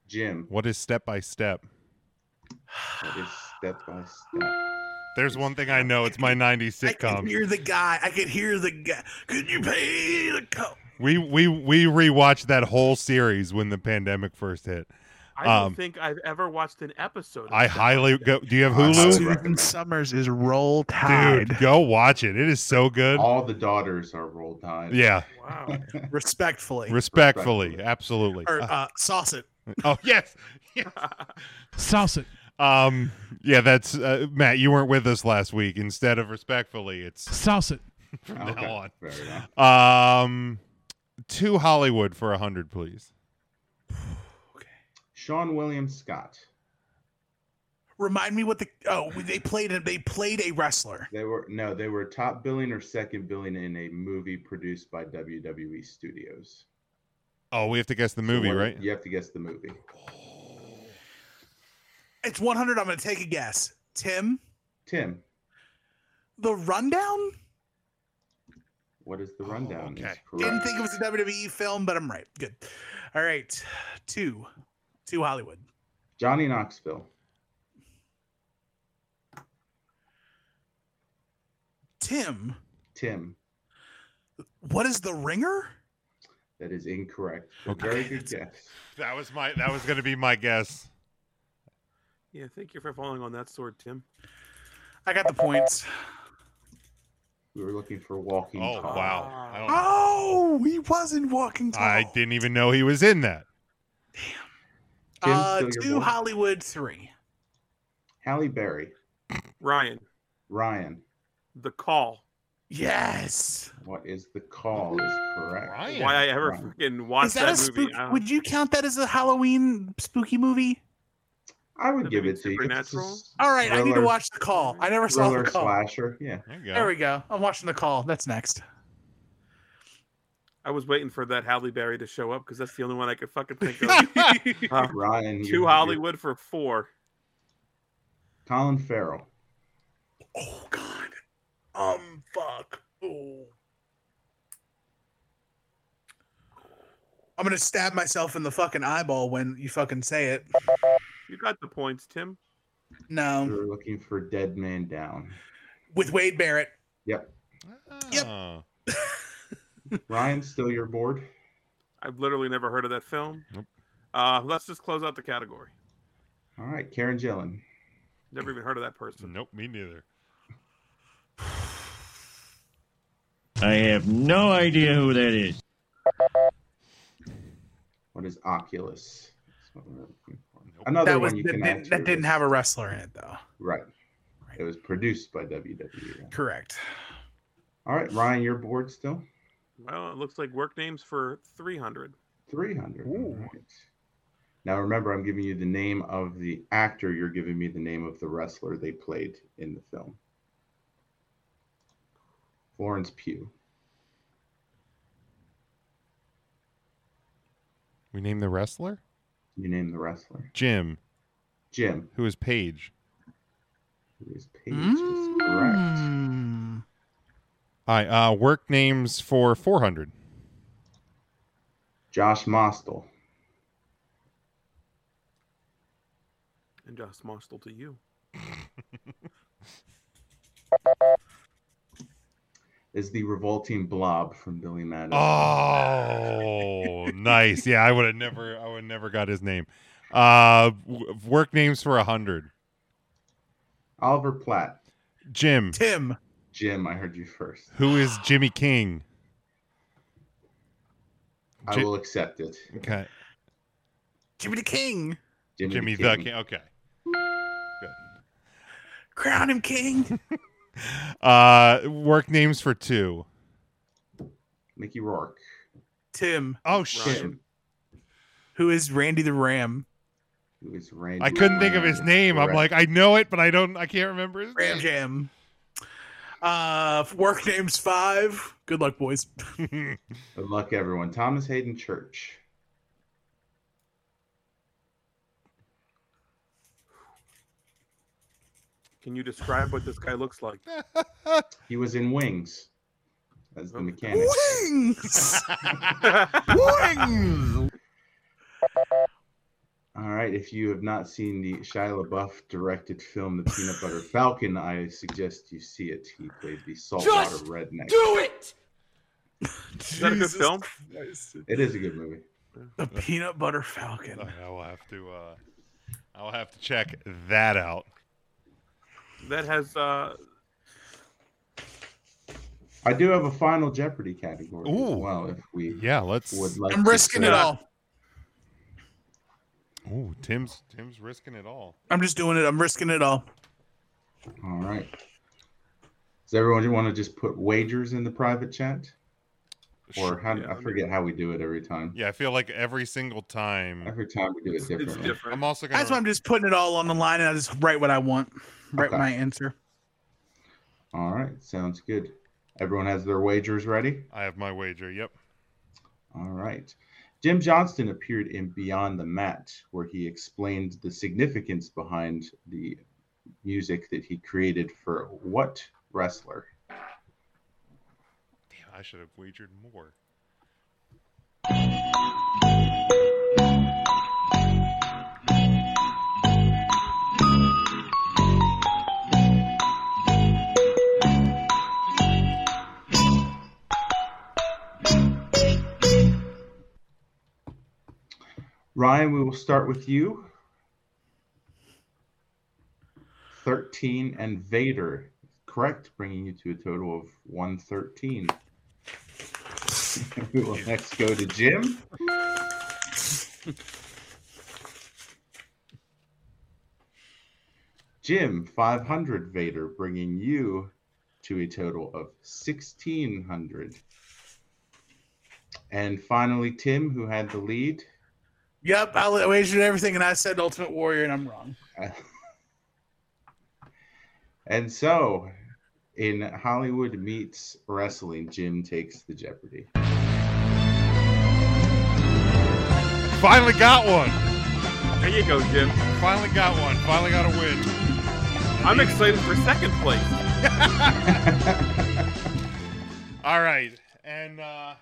Speaker 3: Jim,
Speaker 1: What is step by step?
Speaker 3: that is step
Speaker 1: <sighs>
Speaker 3: by step.
Speaker 1: There's one thing I know. It's my '90s
Speaker 4: <laughs> I can
Speaker 1: sitcom.
Speaker 4: hear the guy. I could hear the guy. Could you pay the co?
Speaker 1: We we we rewatched that whole series when the pandemic first hit.
Speaker 2: I don't
Speaker 1: Um,
Speaker 2: think I've ever watched an episode. of
Speaker 1: I
Speaker 2: that.
Speaker 1: highly go. Do you have
Speaker 3: I
Speaker 1: Hulu?
Speaker 3: highly
Speaker 5: Susan Summers is roll tide.
Speaker 1: Dude, go watch it. It is so good.
Speaker 3: All the daughters are rolled tide.
Speaker 1: Yeah,
Speaker 2: Wow.
Speaker 4: Respectfully.
Speaker 1: respectfully,
Speaker 3: Respectfully.
Speaker 1: absolutely.
Speaker 4: or
Speaker 1: Uh,
Speaker 4: uh, sauce it.
Speaker 1: <laughs> oh yes.
Speaker 2: <laughs>
Speaker 6: Sauce it.
Speaker 1: Um. Yeah, that's uh, Matt. You weren't with us last week. Instead of respectfully, it's
Speaker 6: Sauce it.
Speaker 1: from <laughs>
Speaker 3: Okay,
Speaker 1: now on.
Speaker 3: fair enough.
Speaker 1: Um, to Hollywood for a hundred, please.
Speaker 3: Sean William Scott.
Speaker 4: Remind me what the oh they played a- they played a wrestler.
Speaker 3: They were no, they were top billing or second billing in a movie produced by WWE Studios.
Speaker 1: Oh, we have to guess the
Speaker 3: So
Speaker 1: movie,
Speaker 3: what-
Speaker 1: right?
Speaker 3: You have to guess the movie.
Speaker 4: It's 100. I'm gonna take a guess. Tim,
Speaker 3: Tim,
Speaker 4: the rundown.
Speaker 3: what is the
Speaker 1: Oh,
Speaker 3: rundown? Is
Speaker 1: okay.
Speaker 4: Didn't
Speaker 3: correct.
Speaker 4: think it was a WWE film, but I'm right. Good. All right, two, two Hollywood.
Speaker 3: Johnny Knoxville.
Speaker 4: Tim,
Speaker 3: Tim,
Speaker 4: what is the ringer?
Speaker 3: that is incorrect. but
Speaker 1: Okay.
Speaker 3: Very good guess.
Speaker 1: That was my. That was gonna be my guess.
Speaker 2: Yeah, thank you for falling on that sword, Tim.
Speaker 4: I got the points.
Speaker 3: We were looking for Walking
Speaker 1: Oh
Speaker 3: Tall.
Speaker 1: wow! I, don't,
Speaker 4: Oh, he wasn't walking tall.
Speaker 1: I didn't even know he was in that.
Speaker 3: Tim,
Speaker 4: Uh,
Speaker 3: still your
Speaker 4: two
Speaker 3: boy.
Speaker 4: Hollywood, three.
Speaker 3: Halle Berry.
Speaker 2: Ryan,
Speaker 3: Ryan,
Speaker 2: the call.
Speaker 4: Yes.
Speaker 3: what is the call? Is correct.
Speaker 1: Ryan.
Speaker 2: Why I ever
Speaker 3: Ryan.
Speaker 2: fucking watched
Speaker 4: is that, a
Speaker 2: movie?
Speaker 4: spooky?
Speaker 2: I don't-
Speaker 4: Would you count that as a Halloween spooky movie?
Speaker 3: I would
Speaker 2: The
Speaker 3: give
Speaker 2: movie
Speaker 3: it to you. It's
Speaker 2: Supernatural?
Speaker 3: just
Speaker 4: All right, I need to
Speaker 3: thriller-
Speaker 4: watch the call. I never saw
Speaker 3: Thriller
Speaker 4: the call.
Speaker 3: slasher. Yeah.
Speaker 1: There you go.
Speaker 4: There we go. I'm watching the call. That's next. <laughs>
Speaker 2: I was waiting for that Halle Berry to show up because that's the only one I could fucking think
Speaker 4: <laughs>
Speaker 2: of.
Speaker 4: Oh,
Speaker 2: Uh,
Speaker 3: Ryan.
Speaker 2: <laughs> two
Speaker 3: you-
Speaker 2: Hollywood for four.
Speaker 3: Colin Farrell.
Speaker 4: Oh God. Um. Fuck. Oh. I'm gonna stab myself in the fucking eyeball when you fucking say it.
Speaker 2: You got the points, Tim.
Speaker 3: We
Speaker 4: No,
Speaker 3: were looking for Dead Man Down.
Speaker 4: with Wade Barrett. Yep.
Speaker 1: Ah,
Speaker 3: Ryan, still your board?
Speaker 2: I've literally never heard of that film.
Speaker 1: Nope.
Speaker 2: Uh, let's just close out the category.
Speaker 3: All right, Karen Gillan.
Speaker 2: Never even heard of that person.
Speaker 1: Nope, me neither.
Speaker 7: I have no idea who that is.
Speaker 3: What is Oculus? That's what we're looking for.
Speaker 1: Nope.
Speaker 3: Another
Speaker 4: that
Speaker 3: one
Speaker 4: was
Speaker 3: you
Speaker 4: that
Speaker 3: can
Speaker 4: didn't, that
Speaker 3: actually-
Speaker 4: didn't have a wrestler in it though.
Speaker 3: Right.
Speaker 4: Right.
Speaker 3: It was produced by WWE. right?
Speaker 4: Correct.
Speaker 3: All right, Ryan, your board still?
Speaker 2: Well, it looks like work names for 300.
Speaker 3: 300. all right. Now remember, I'm giving you the name of the actor. You're giving me the name of the wrestler they played in the film. Florence Pugh.
Speaker 1: We named the wrestler
Speaker 3: You name the wrestler.
Speaker 1: Jim,
Speaker 3: Jim.
Speaker 1: who is Paige.
Speaker 3: Who is Paige? Is correct.
Speaker 4: Mm.
Speaker 1: All right. Uh, work names for four hundred.
Speaker 3: Josh Mostel.
Speaker 2: And Josh Mostel to you.
Speaker 3: is the revolting blob from Billy Madison.
Speaker 1: Oh, nice. Yeah, I would have never. I would never got his name. Uh, w- work names for a hundred.
Speaker 3: Oliver Platt.
Speaker 1: Jim,
Speaker 4: Tim.
Speaker 3: Jim, I heard you first.
Speaker 1: who is Jimmy King?
Speaker 3: I
Speaker 1: Ji-
Speaker 3: will accept it.
Speaker 1: Okay,
Speaker 4: Jimmy the King.
Speaker 3: Jimmy,
Speaker 1: Jimmy
Speaker 3: the
Speaker 1: the
Speaker 3: King.
Speaker 1: King. Okay.
Speaker 4: Crown him king.
Speaker 1: Uh, work names for two.
Speaker 3: Mickey Rourke.
Speaker 4: Tim,
Speaker 1: Oh shit!
Speaker 2: Ryan.
Speaker 4: who is Randy the Ram.
Speaker 3: Who is Randy?
Speaker 1: I couldn't think of his name. I'm like,
Speaker 3: Correct.
Speaker 1: I know it, but I don't. I can't remember his
Speaker 4: Ram
Speaker 1: <laughs>
Speaker 4: Jam. Uh, work names five. Good luck, boys.
Speaker 1: name.
Speaker 3: Good luck, everyone. Thomas Hayden Church.
Speaker 2: Can you describe what this guy looks like?
Speaker 3: He was in Wings as the
Speaker 2: Okay.
Speaker 3: mechanic.
Speaker 1: <laughs>
Speaker 4: Wings.
Speaker 1: Wings!
Speaker 3: All right. If you have not seen the Shia LaBeouf directed film, The Peanut Butter Falcon, I suggest you see it. He played the saltwater
Speaker 8: Just
Speaker 3: redneck.
Speaker 8: Do
Speaker 4: <laughs>
Speaker 8: it!
Speaker 2: Is that a good
Speaker 4: Jesus
Speaker 2: film?
Speaker 4: Christ.
Speaker 3: It is a good movie.
Speaker 4: The Peanut Butter Falcon.
Speaker 1: I will have to. Uh, I'll have to check that out.
Speaker 2: That has uh
Speaker 3: I do have a final Jeopardy category as
Speaker 1: Ooh.
Speaker 3: well. If we
Speaker 1: Yeah, let's.
Speaker 3: would like,
Speaker 4: I'm
Speaker 3: to
Speaker 4: risking
Speaker 3: say-
Speaker 4: it all.
Speaker 1: Ooh, Tim's Tim's risking it all.
Speaker 4: I'm just doing it. I'm risking it all.
Speaker 3: All right. Does everyone want to just put wagers in the private chat, or
Speaker 1: Sure.
Speaker 3: how?
Speaker 2: yeah,
Speaker 3: I forget how we do it every time.
Speaker 1: Yeah, I feel like every single time.
Speaker 3: Every time we do it
Speaker 2: it's
Speaker 3: differently.
Speaker 2: different.
Speaker 1: I'm also gonna.
Speaker 4: That's why I'm just putting it all on the line, and I just write what I want, write
Speaker 3: Okay.
Speaker 4: my answer.
Speaker 3: All right, sounds good. Everyone has their wagers ready.
Speaker 1: I have my wager. Yep.
Speaker 3: All right. Jim Johnston appeared in Beyond the Mat, where he explained the significance behind the music that he created for what wrestler?
Speaker 1: Damn, I should have wagered more.
Speaker 3: Ryan, we will start with you. 13 and Vader. Correct, bringing you to a total of 113. <laughs> we will next go to Jim. Jim, 500 Vader, bringing you to a total of 1600. And finally, Tim, who had the lead.
Speaker 4: Yep, I wagered everything, and I said Ultimate Warrior, and I'm wrong.
Speaker 3: <laughs> and so, in Hollywood meets wrestling, Jim takes the Jeopardy.
Speaker 1: Finally got one.
Speaker 2: There you go, Jim.
Speaker 1: Finally got one. Finally got a win.
Speaker 2: I'm excited for second place.
Speaker 1: All right, and uh,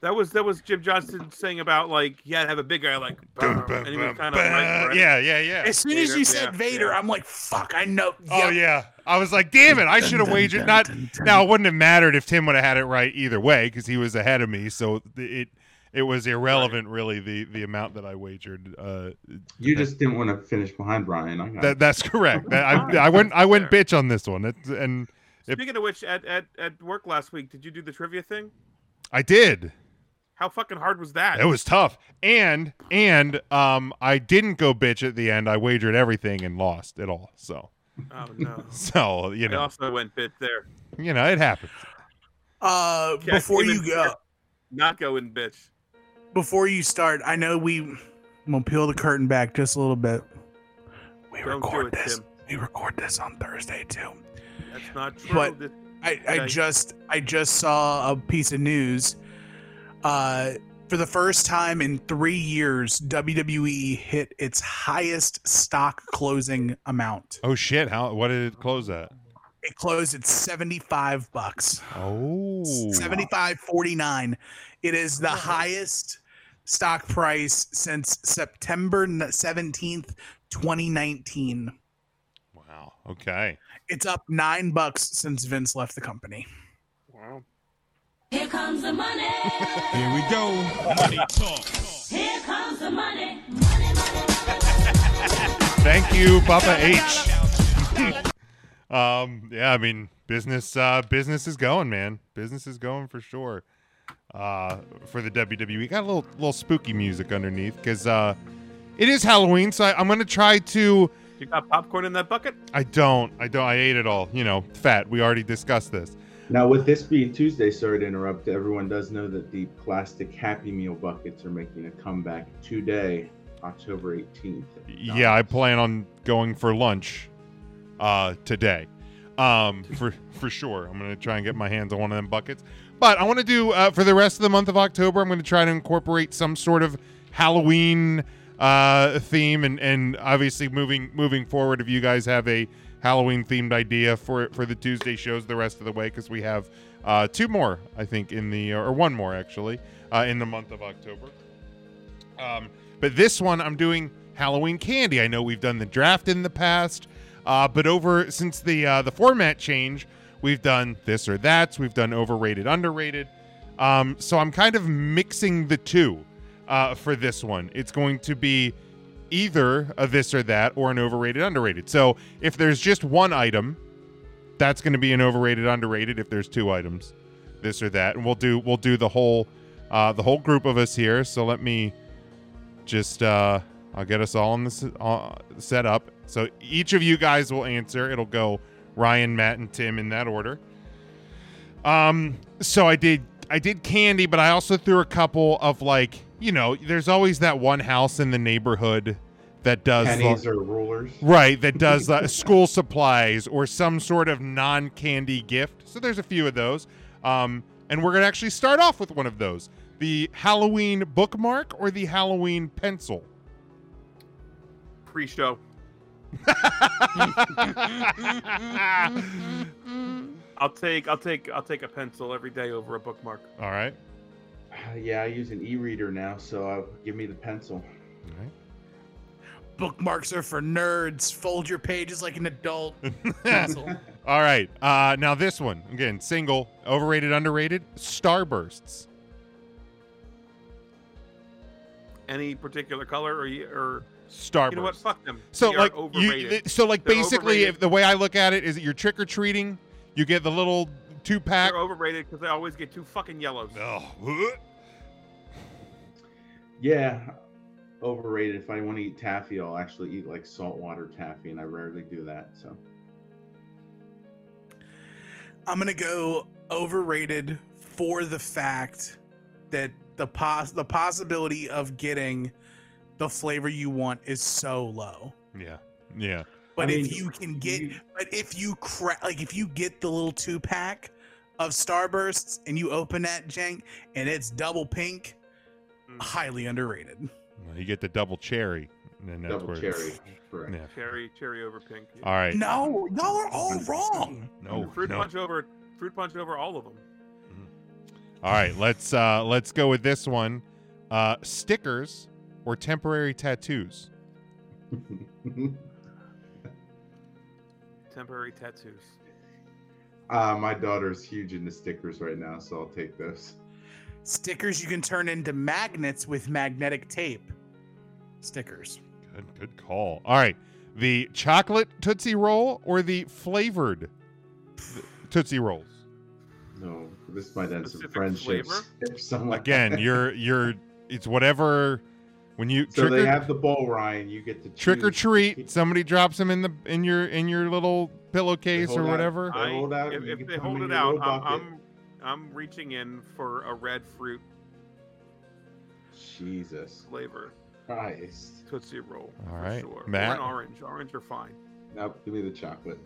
Speaker 2: That was that was Jim Johnson saying about like yeah, have a big guy like
Speaker 1: Dun,
Speaker 2: "Brr,"
Speaker 1: bun,
Speaker 2: and he was
Speaker 1: bun,
Speaker 2: kind of
Speaker 1: bun.
Speaker 2: right, right?
Speaker 1: <laughs> yeah, yeah, yeah.
Speaker 4: As soon as
Speaker 2: Vader,
Speaker 4: you said
Speaker 2: yeah,
Speaker 4: Vader,
Speaker 2: yeah.
Speaker 4: I'm like, fuck, I know.
Speaker 1: Oh
Speaker 4: Yep.
Speaker 1: yeah, I was like, damn it, I should have
Speaker 4: dun,
Speaker 1: wagered.
Speaker 4: dun,
Speaker 1: Not
Speaker 4: dun, dun.
Speaker 1: now, it wouldn't have mattered if Tim would have had it right either way because he was ahead of me. So th- it it was irrelevant, really, the the amount that I wagered. Uh,
Speaker 3: You just didn't want to finish behind Brian. I got
Speaker 1: that that's correct. That, I I went I went
Speaker 2: Fair.
Speaker 1: bitch on this one, It's and If-
Speaker 2: Speaking of which, at, at at work last week, did you do the trivia thing?
Speaker 1: I did.
Speaker 2: How fucking hard was that?
Speaker 1: It was tough, and and um, I didn't go bitch at the end. I wagered everything and lost it all. So <laughs>
Speaker 2: oh no.
Speaker 1: so you
Speaker 2: I
Speaker 1: know
Speaker 2: also went bit there.
Speaker 1: you know it happens.
Speaker 4: Uh,
Speaker 2: Yeah,
Speaker 4: before
Speaker 2: Tim
Speaker 4: you
Speaker 2: and-
Speaker 4: go,
Speaker 2: Not going bitch.
Speaker 4: before you start, I know we. I'm gonna peel the curtain back just a little bit. We
Speaker 2: Don't do
Speaker 4: record
Speaker 2: it,
Speaker 4: this.
Speaker 2: Tim.
Speaker 4: We record this on Thursday too.
Speaker 2: That's not true.
Speaker 4: But-
Speaker 2: This-
Speaker 4: I, I
Speaker 2: Okay.
Speaker 4: just I just saw a piece of news. Uh, for the first time in three years, WWE hit its highest stock closing amount.
Speaker 1: Oh shit! How what did it close at?
Speaker 4: It closed at seventy five bucks,
Speaker 1: Oh,
Speaker 4: seventy five forty nine. It is the highest stock price since September seventeenth, twenty nineteen.
Speaker 1: Wow. Okay.
Speaker 4: It's up nine bucks since Vince left the company.
Speaker 2: wow.
Speaker 8: Here comes the money.
Speaker 7: Here we go. Money talk.
Speaker 8: Here comes the money. Money, money, money.
Speaker 1: Thank you, Papa H. <laughs> um, yeah, I mean, business, uh, business is going, man. Business is going for sure. Uh, for the WWE, got a little, little spooky music underneath because uh, it is Halloween, so I, I'm gonna try to.
Speaker 2: You got popcorn in that bucket?
Speaker 1: I don't, I don't, I ate it all. You know, fat. We already discussed this.
Speaker 3: Now, with this being Tuesday, sorry to interrupt. Everyone does know that the plastic Happy Meal buckets are making a comeback today, October 18th.
Speaker 1: Yeah, I plan on going for lunch uh, today, um, for for sure. I'm gonna try and get my hands on one of them buckets. But I want to do uh, for the rest of the month of October. I'm gonna try to incorporate some sort of Halloween uh, theme, and and obviously moving moving forward, if you guys have a Halloween themed idea for for the Tuesday shows the rest of the way, because we have uh, two more, I think, in the or one more actually uh, in the month of October. Um, but this one, I'm doing Halloween candy. I know we've done the draft in the past, uh, but over since the uh, the format change, we've done this or that. We've done overrated, underrated. Um, so I'm kind of mixing the two uh, for this one. It's going to be either a this or that or an overrated, underrated. So if there's just one item, that's going to be an overrated, underrated. If there's two items, this or that, and we'll do we'll do the whole uh, the whole group of us here. So let me just uh I'll get us all in this uh, set up. So each of you guys will answer. It'll go Ryan, Matt, and Tim in that order. Um so I did I did candy, but I also threw a couple of like, you know, there's always that one house in the neighborhood that does the-
Speaker 3: Pennies or rulers. <sighs>
Speaker 1: Right, that does uh, school supplies or some sort of non candy gift. So there's a few of those. Um, and we're going to actually start off with one of those the Halloween bookmark or the Halloween pencil. <laughs>
Speaker 2: Pre-show. I'll take I'll take I'll take a pencil every day over a bookmark.
Speaker 1: All right. <laughs>
Speaker 3: Uh, Yeah, I use an e-reader now, so uh, give me the pencil.
Speaker 1: All right.
Speaker 4: Bookmarks are for nerds. Fold your pages like
Speaker 3: <laughs>
Speaker 4: an adult. Pencil.
Speaker 1: All right. Uh, now this one again, single, overrated, underrated. Starbursts.
Speaker 2: Any particular color or you- or
Speaker 1: Starbursts.
Speaker 2: you know what? Fuck them.
Speaker 1: so
Speaker 2: They are
Speaker 1: like you,
Speaker 2: overrated.
Speaker 1: th- so like
Speaker 2: They're
Speaker 1: basically,
Speaker 2: overrated.
Speaker 1: if the way I look at it is that you're trick or treating. You get the little two pack.
Speaker 2: They're overrated because they always get two fucking yellows.
Speaker 1: Oh,
Speaker 3: Yeah, overrated. If I want to eat taffy, I'll actually eat like saltwater taffy, and I rarely do that. So
Speaker 4: I'm gonna go overrated for the fact that the pos the possibility of getting the flavor you want is so low.
Speaker 1: <laughs> yeah, yeah.
Speaker 4: But
Speaker 3: I
Speaker 4: if
Speaker 3: mean,
Speaker 4: you can get, but if you cra- like if you get the little two pack of Starbursts and you open that jank and it's double pink,
Speaker 3: Hmm.
Speaker 2: Mm,
Speaker 4: highly underrated.
Speaker 1: You get the double cherry, and then that's
Speaker 3: double
Speaker 1: where
Speaker 3: cherry. Correct.
Speaker 1: Yeah.
Speaker 2: Cherry, cherry over pink.
Speaker 1: All right.
Speaker 4: No, y'all are all wrong.
Speaker 3: Oh,
Speaker 1: No,
Speaker 2: <laughs> fruit
Speaker 1: no.
Speaker 2: punch over, fruit punch over all of them.
Speaker 1: All right, let's uh let's go with this one. Uh stickers or temporary tattoos.
Speaker 2: Temporary tattoos.
Speaker 3: <laughs> uh, my daughter's huge into stickers right now, so I'll take those.
Speaker 4: Stickers you can turn into magnets with magnetic tape. Stickers.
Speaker 1: Good, good call. All right. The chocolate Tootsie Roll or the flavored th- Tootsie Rolls.
Speaker 3: No, this might end some
Speaker 2: Specific
Speaker 3: friendships. <laughs> If someone- <laughs>
Speaker 1: Again, you're you're it's whatever when you
Speaker 3: so
Speaker 1: trick
Speaker 3: they
Speaker 1: or,
Speaker 3: have the ball, Ryan. You get to
Speaker 1: trick or
Speaker 3: choose.
Speaker 1: treat, somebody drops them in the in your in your little pillowcase
Speaker 3: hold
Speaker 1: or
Speaker 3: out-
Speaker 1: whatever.
Speaker 3: They hold out,
Speaker 2: if
Speaker 3: you
Speaker 2: if
Speaker 3: can
Speaker 2: they
Speaker 3: put 'em
Speaker 2: hold
Speaker 3: in
Speaker 2: it
Speaker 3: your
Speaker 2: out,
Speaker 3: little
Speaker 2: I'm,
Speaker 3: bucket.
Speaker 2: I'm I'm reaching in for a red fruit
Speaker 3: Jesus
Speaker 2: flavor
Speaker 3: Christ!
Speaker 2: tootsie roll.
Speaker 1: All
Speaker 2: for
Speaker 1: right.
Speaker 2: sure. or
Speaker 1: Matt?
Speaker 2: an orange. Orange are fine.
Speaker 3: Nope, give me the chocolate.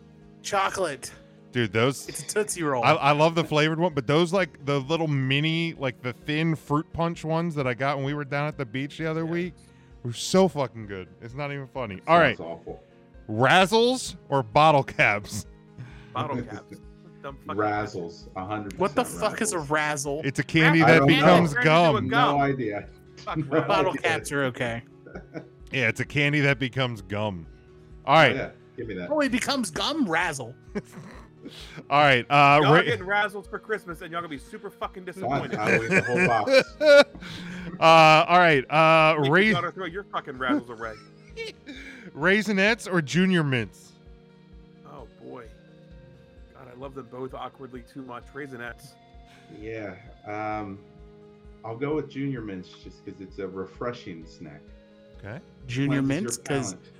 Speaker 4: Chocolate.
Speaker 1: Dude, those
Speaker 4: It's a Tootsie Roll.
Speaker 1: I, I love the flavored one, but those like the little mini, like the thin fruit punch ones that I got when we were down at the beach the other week were so fucking good. It's not even funny. All right,
Speaker 3: Sounds awful.
Speaker 1: razzles or bottle caps?
Speaker 3: <laughs>
Speaker 2: Bottle caps. Dumb fucking <laughs>
Speaker 3: Razzles, a hundred.
Speaker 4: what the
Speaker 3: percent
Speaker 4: fuck is a
Speaker 3: razzles.
Speaker 4: razzle?
Speaker 1: It's a candy
Speaker 2: I
Speaker 1: that
Speaker 3: don't know.
Speaker 1: becomes
Speaker 2: Turned into a
Speaker 1: gum.
Speaker 2: gum.
Speaker 3: No idea.
Speaker 2: Fuck
Speaker 3: No
Speaker 2: razzles.
Speaker 4: Bottle
Speaker 3: idea.
Speaker 4: caps are okay.
Speaker 1: Yeah, it's a candy that becomes gum. All right,
Speaker 3: Yeah, give me that.
Speaker 4: Oh, it becomes gum razzle.
Speaker 1: all right. Uh,
Speaker 2: Y'all are
Speaker 1: ra-
Speaker 2: getting razzles for Christmas, and y'all gonna be super fucking disappointed.
Speaker 3: I will eat the whole box.
Speaker 1: uh, all right. <laughs> Uh,
Speaker 2: Make your
Speaker 1: rais-
Speaker 2: daughter throw your fucking razzles away.
Speaker 1: <laughs> raisinets or junior mints?
Speaker 2: Oh boy. God, I love them both awkwardly too much. Raisinettes.
Speaker 3: Yeah. Um, I'll go with Junior Mints just because it's a refreshing snack.
Speaker 1: Okay.
Speaker 4: Junior
Speaker 3: Cleanses your
Speaker 4: mints because
Speaker 3: palate.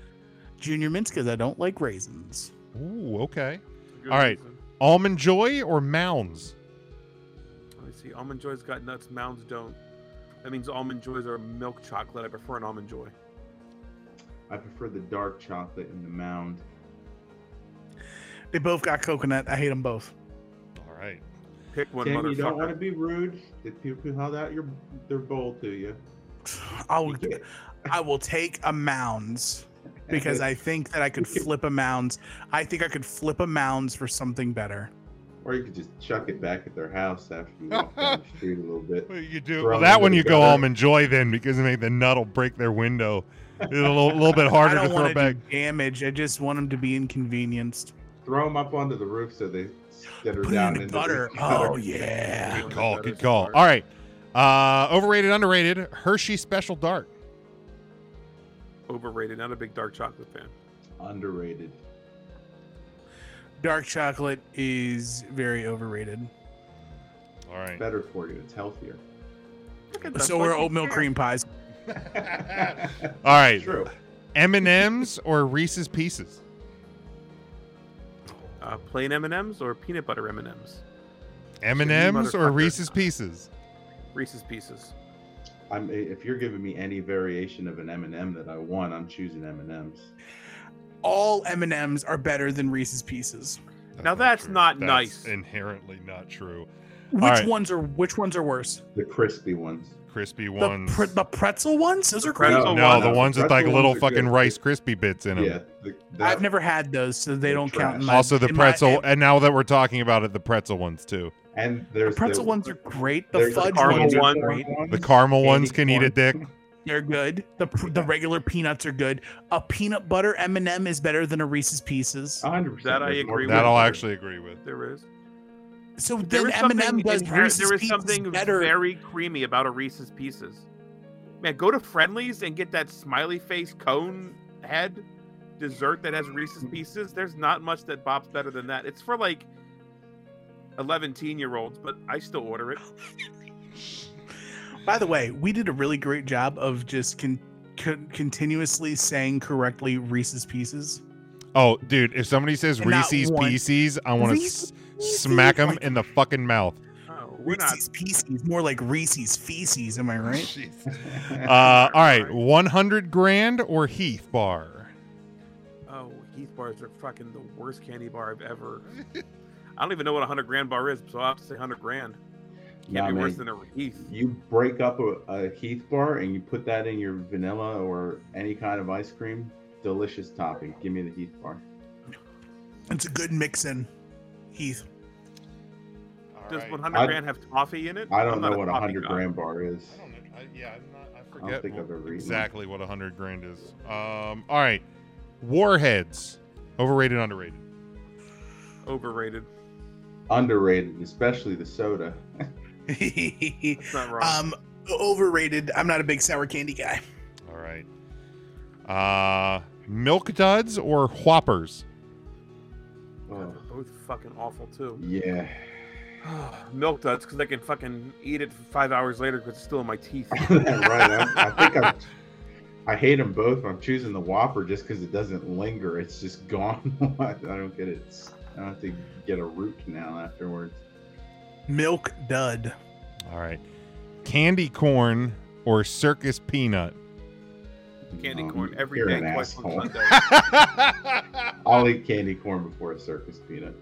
Speaker 4: junior mints because I don't like raisins.
Speaker 1: Ooh, okay.
Speaker 2: Good
Speaker 1: All right.
Speaker 2: reason.
Speaker 1: Almond Joy or Mounds?
Speaker 2: Let me see. Almond Joy's got nuts. Mounds don't. That means almond joys are milk chocolate. I prefer an almond joy.
Speaker 3: I prefer the dark chocolate and the mound.
Speaker 4: They both got coconut. I hate them both.
Speaker 1: All right.
Speaker 2: Pick one,
Speaker 3: Damn, you don't want to
Speaker 2: motherfucker.
Speaker 3: be rude. The people held out your their bowl to you.
Speaker 4: I will,
Speaker 3: You can't-
Speaker 4: I will take a mounds
Speaker 3: <laughs>
Speaker 4: because I think that I could flip a mounds. I think I could flip a mounds for something better.
Speaker 3: Or you could just chuck it back at their house after you walk
Speaker 4: <laughs>
Speaker 3: down the street a little bit.
Speaker 1: Well, you do
Speaker 3: Throw
Speaker 1: well,
Speaker 3: it
Speaker 1: that
Speaker 3: into
Speaker 1: one.
Speaker 3: the
Speaker 1: You go
Speaker 3: gutter.
Speaker 1: almond joy then because they make the nut'll break their window. It's a little, little bit
Speaker 4: I
Speaker 1: harder to
Speaker 4: don't want
Speaker 1: throw
Speaker 4: to
Speaker 1: back.
Speaker 4: do damage. I just want them to be inconvenienced.
Speaker 3: Throw them up onto the roof so they skitter
Speaker 4: Put it
Speaker 3: down
Speaker 4: in the
Speaker 3: into
Speaker 4: butter. Oh yeah.
Speaker 1: Good call. Good call. All right. Uh, overrated, underrated. Hershey Special Dark.
Speaker 2: Overrated. Not a big dark chocolate fan.
Speaker 4: Oh.
Speaker 3: Underrated.
Speaker 4: Dark chocolate is very overrated.
Speaker 1: All right.
Speaker 3: Better for you. It's
Speaker 4: <laughs>
Speaker 3: healthier.
Speaker 2: Look at
Speaker 4: So are oatmeal cream pies.
Speaker 1: All right.
Speaker 3: True.
Speaker 1: M and M's or Reese's Pieces.
Speaker 2: Uh, plain M and M's or peanut butter M and M's.
Speaker 1: M and M's or
Speaker 2: motherfucker.
Speaker 1: Reese's Pieces.
Speaker 2: Reese's Pieces.
Speaker 3: I'm, if you're giving me any variation of an M&M that I want, I'm choosing M&Ms.
Speaker 4: All M and M's are better than Reese's Pieces.
Speaker 2: Now that's
Speaker 1: true.
Speaker 2: not
Speaker 1: That's
Speaker 2: nice.
Speaker 1: Inherently not true.
Speaker 4: Which
Speaker 1: right.
Speaker 4: ones are which ones are worse?
Speaker 3: The crispy ones.
Speaker 1: Crispy
Speaker 4: The,
Speaker 1: ones.
Speaker 4: pre- the pretzel ones? Those
Speaker 2: The
Speaker 4: are great.
Speaker 2: pretzel
Speaker 1: no,
Speaker 2: ones-
Speaker 1: the ones with like
Speaker 3: Pretzel
Speaker 1: little
Speaker 3: ones are
Speaker 1: fucking
Speaker 3: good.
Speaker 1: Rice crispy bits in them.
Speaker 3: Yeah. The,
Speaker 4: I've never had those, so they
Speaker 3: They're
Speaker 4: don't count. In
Speaker 3: trash.
Speaker 4: my,
Speaker 1: Also the
Speaker 4: in my-
Speaker 1: pretzel, and now that we're talking about it, the pretzel ones too.
Speaker 3: And
Speaker 4: The
Speaker 3: there's
Speaker 4: pretzel
Speaker 3: the,
Speaker 4: ones are great. The
Speaker 3: there's
Speaker 4: fudge
Speaker 2: caramel
Speaker 4: ones are
Speaker 2: ones.
Speaker 4: great.
Speaker 1: The caramel
Speaker 4: Candy
Speaker 1: ones can eat a
Speaker 4: corn.
Speaker 1: dick.
Speaker 4: They're good. The pr- the regular peanuts are good. A peanut butter M and m is better than a Reese's
Speaker 2: Uh,
Speaker 4: Pieces.
Speaker 3: 100%.
Speaker 2: That I
Speaker 3: there's more
Speaker 2: agree with.
Speaker 1: That I'll
Speaker 3: flavor.
Speaker 1: actually agree with.
Speaker 2: There is.
Speaker 4: So
Speaker 2: There
Speaker 4: then
Speaker 2: is
Speaker 4: M and m
Speaker 2: something
Speaker 4: does
Speaker 2: inher-
Speaker 4: Reese's
Speaker 2: There is
Speaker 4: Pieces
Speaker 2: something
Speaker 4: better.
Speaker 2: very creamy about a Reese's Pieces. Man, go to Friendlies and get that smiley face cone head dessert that has Reese's Pieces. There's not much that bops better than that. It's for like 11 teen year olds, but I still order it.
Speaker 4: By the way, we did a really great job of just con- con- continuously saying correctly Reese's Pieces.
Speaker 1: Oh, dude, if somebody says
Speaker 4: And not
Speaker 1: Reese's
Speaker 4: one.
Speaker 1: Pieces, I want to
Speaker 4: Reese's
Speaker 1: s- smack them
Speaker 4: Like
Speaker 1: in the fucking
Speaker 3: <laughs>
Speaker 1: mouth.
Speaker 2: Oh, we're not.
Speaker 4: Reese's Pieces, more like Reese's feces. Am I right?
Speaker 1: <laughs> Uh, all right, 100 grand or Heath bar.
Speaker 2: Oh, Heath bars are fucking the worst candy bar I've ever. I don't even know what a 100 grand bar is, so I'll have to say 100 grand. Can't
Speaker 3: <laughs> Nah,
Speaker 2: be worse
Speaker 3: man.
Speaker 2: than a Heath.
Speaker 3: you break up a, a Heath bar and you put that in your vanilla or any kind of ice cream. Delicious topping. Give me the Heath bar.
Speaker 4: It's a good mix-in.
Speaker 2: <laughs>
Speaker 4: Heath, <laughs>
Speaker 2: Does 100
Speaker 3: I-
Speaker 2: grand have toffee in it?
Speaker 3: I
Speaker 2: I'm
Speaker 3: don't
Speaker 2: not
Speaker 3: know what a
Speaker 2: toffee
Speaker 3: hundred
Speaker 2: guy.
Speaker 3: gram bar is.
Speaker 1: I don't know. I, yeah, I'm not, I
Speaker 3: don't
Speaker 1: forget
Speaker 3: think
Speaker 1: what-
Speaker 3: I've ever eaten one.
Speaker 1: exactly what 100 grand is. Um, all right, Warheads. Overrated, underrated.
Speaker 2: Overrated.
Speaker 3: Underrated, especially the soda.
Speaker 2: That's not wrong.
Speaker 4: um, overrated. I'm not a big sour candy guy.
Speaker 1: All right. Uh, milk duds or whoppers?
Speaker 3: Oh,
Speaker 2: They're both fucking awful too. <sighs>
Speaker 3: yeah.
Speaker 2: Milk duds because I can fucking eat it five hours later because it's still in my
Speaker 3: <laughs>
Speaker 2: teeth.
Speaker 3: right. I, I think I'm, I hate them both. I'm choosing the Whopper just because it doesn't linger. It's just <laughs> gone. I don't get it. I don't have to get a root canal afterwards.
Speaker 4: Milk dud.
Speaker 1: All right, candy corn or circus peanut? <laughs>
Speaker 2: Candy
Speaker 3: Um,
Speaker 2: corn every
Speaker 3: you're
Speaker 2: day,
Speaker 3: an
Speaker 2: twice
Speaker 3: asshole.
Speaker 2: on Sunday.
Speaker 3: <laughs> I'll eat candy corn before a circus peanut.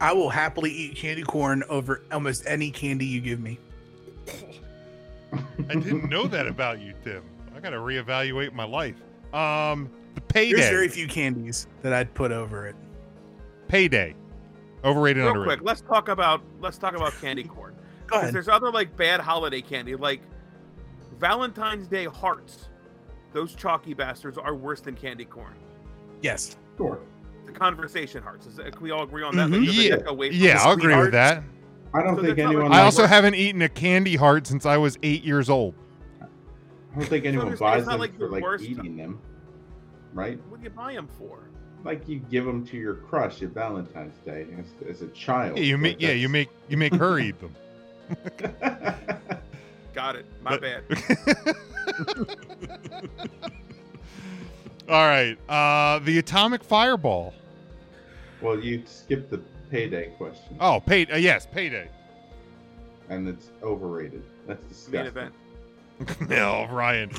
Speaker 4: I will happily eat candy corn over almost any candy you give me.
Speaker 1: I
Speaker 3: <laughs>
Speaker 1: didn't know that about you, Tim. I got to reevaluate my life. Um, the payday.
Speaker 4: There's very few candies that I'd put over it.
Speaker 1: Payday. Overrated,
Speaker 2: Real
Speaker 1: underrated.
Speaker 2: quick, let's talk about let's talk about candy corn.
Speaker 4: Go
Speaker 2: Because
Speaker 4: ahead.
Speaker 2: there's other like bad holiday candy, like Valentine's Day hearts. Those chalky bastards are worse than candy corn.
Speaker 4: Yes.
Speaker 3: Sure.
Speaker 2: The conversation hearts. Is that, can we all agree on that?
Speaker 4: Mhm.
Speaker 2: Like, there's a
Speaker 1: Mm-hmm. Yeah.
Speaker 2: neck away from
Speaker 1: Yeah,
Speaker 2: the
Speaker 1: I'll agree with
Speaker 2: sweetheart.
Speaker 1: that.
Speaker 3: I don't
Speaker 2: So
Speaker 3: think
Speaker 2: that's not
Speaker 3: anyone.
Speaker 2: like-
Speaker 1: I
Speaker 2: Like
Speaker 1: also
Speaker 2: what?
Speaker 1: haven't eaten a candy heart since I was eight years old.
Speaker 3: I don't think
Speaker 2: So
Speaker 3: anyone
Speaker 2: it's-
Speaker 3: buys
Speaker 2: it's not
Speaker 3: them
Speaker 2: like
Speaker 3: for
Speaker 2: the
Speaker 3: like
Speaker 2: worst-
Speaker 3: eating them, right?
Speaker 2: What do you buy them for?
Speaker 3: Like you give them to your crush at Valentine's Day as, as a child.
Speaker 1: Yeah, you
Speaker 3: Like,
Speaker 1: make yeah, you make you make her eat them. <laughs>
Speaker 3: that's- <laughs>
Speaker 2: Got it. My
Speaker 1: But-
Speaker 2: bad.
Speaker 1: <laughs> All right, uh, the atomic fireball.
Speaker 3: well, you skip the payday question,
Speaker 1: Oh, pay. Uh, yes, payday. <laughs>
Speaker 3: and it's overrated. That's
Speaker 2: Main
Speaker 3: disgusting.
Speaker 2: event.
Speaker 1: no, Ryan.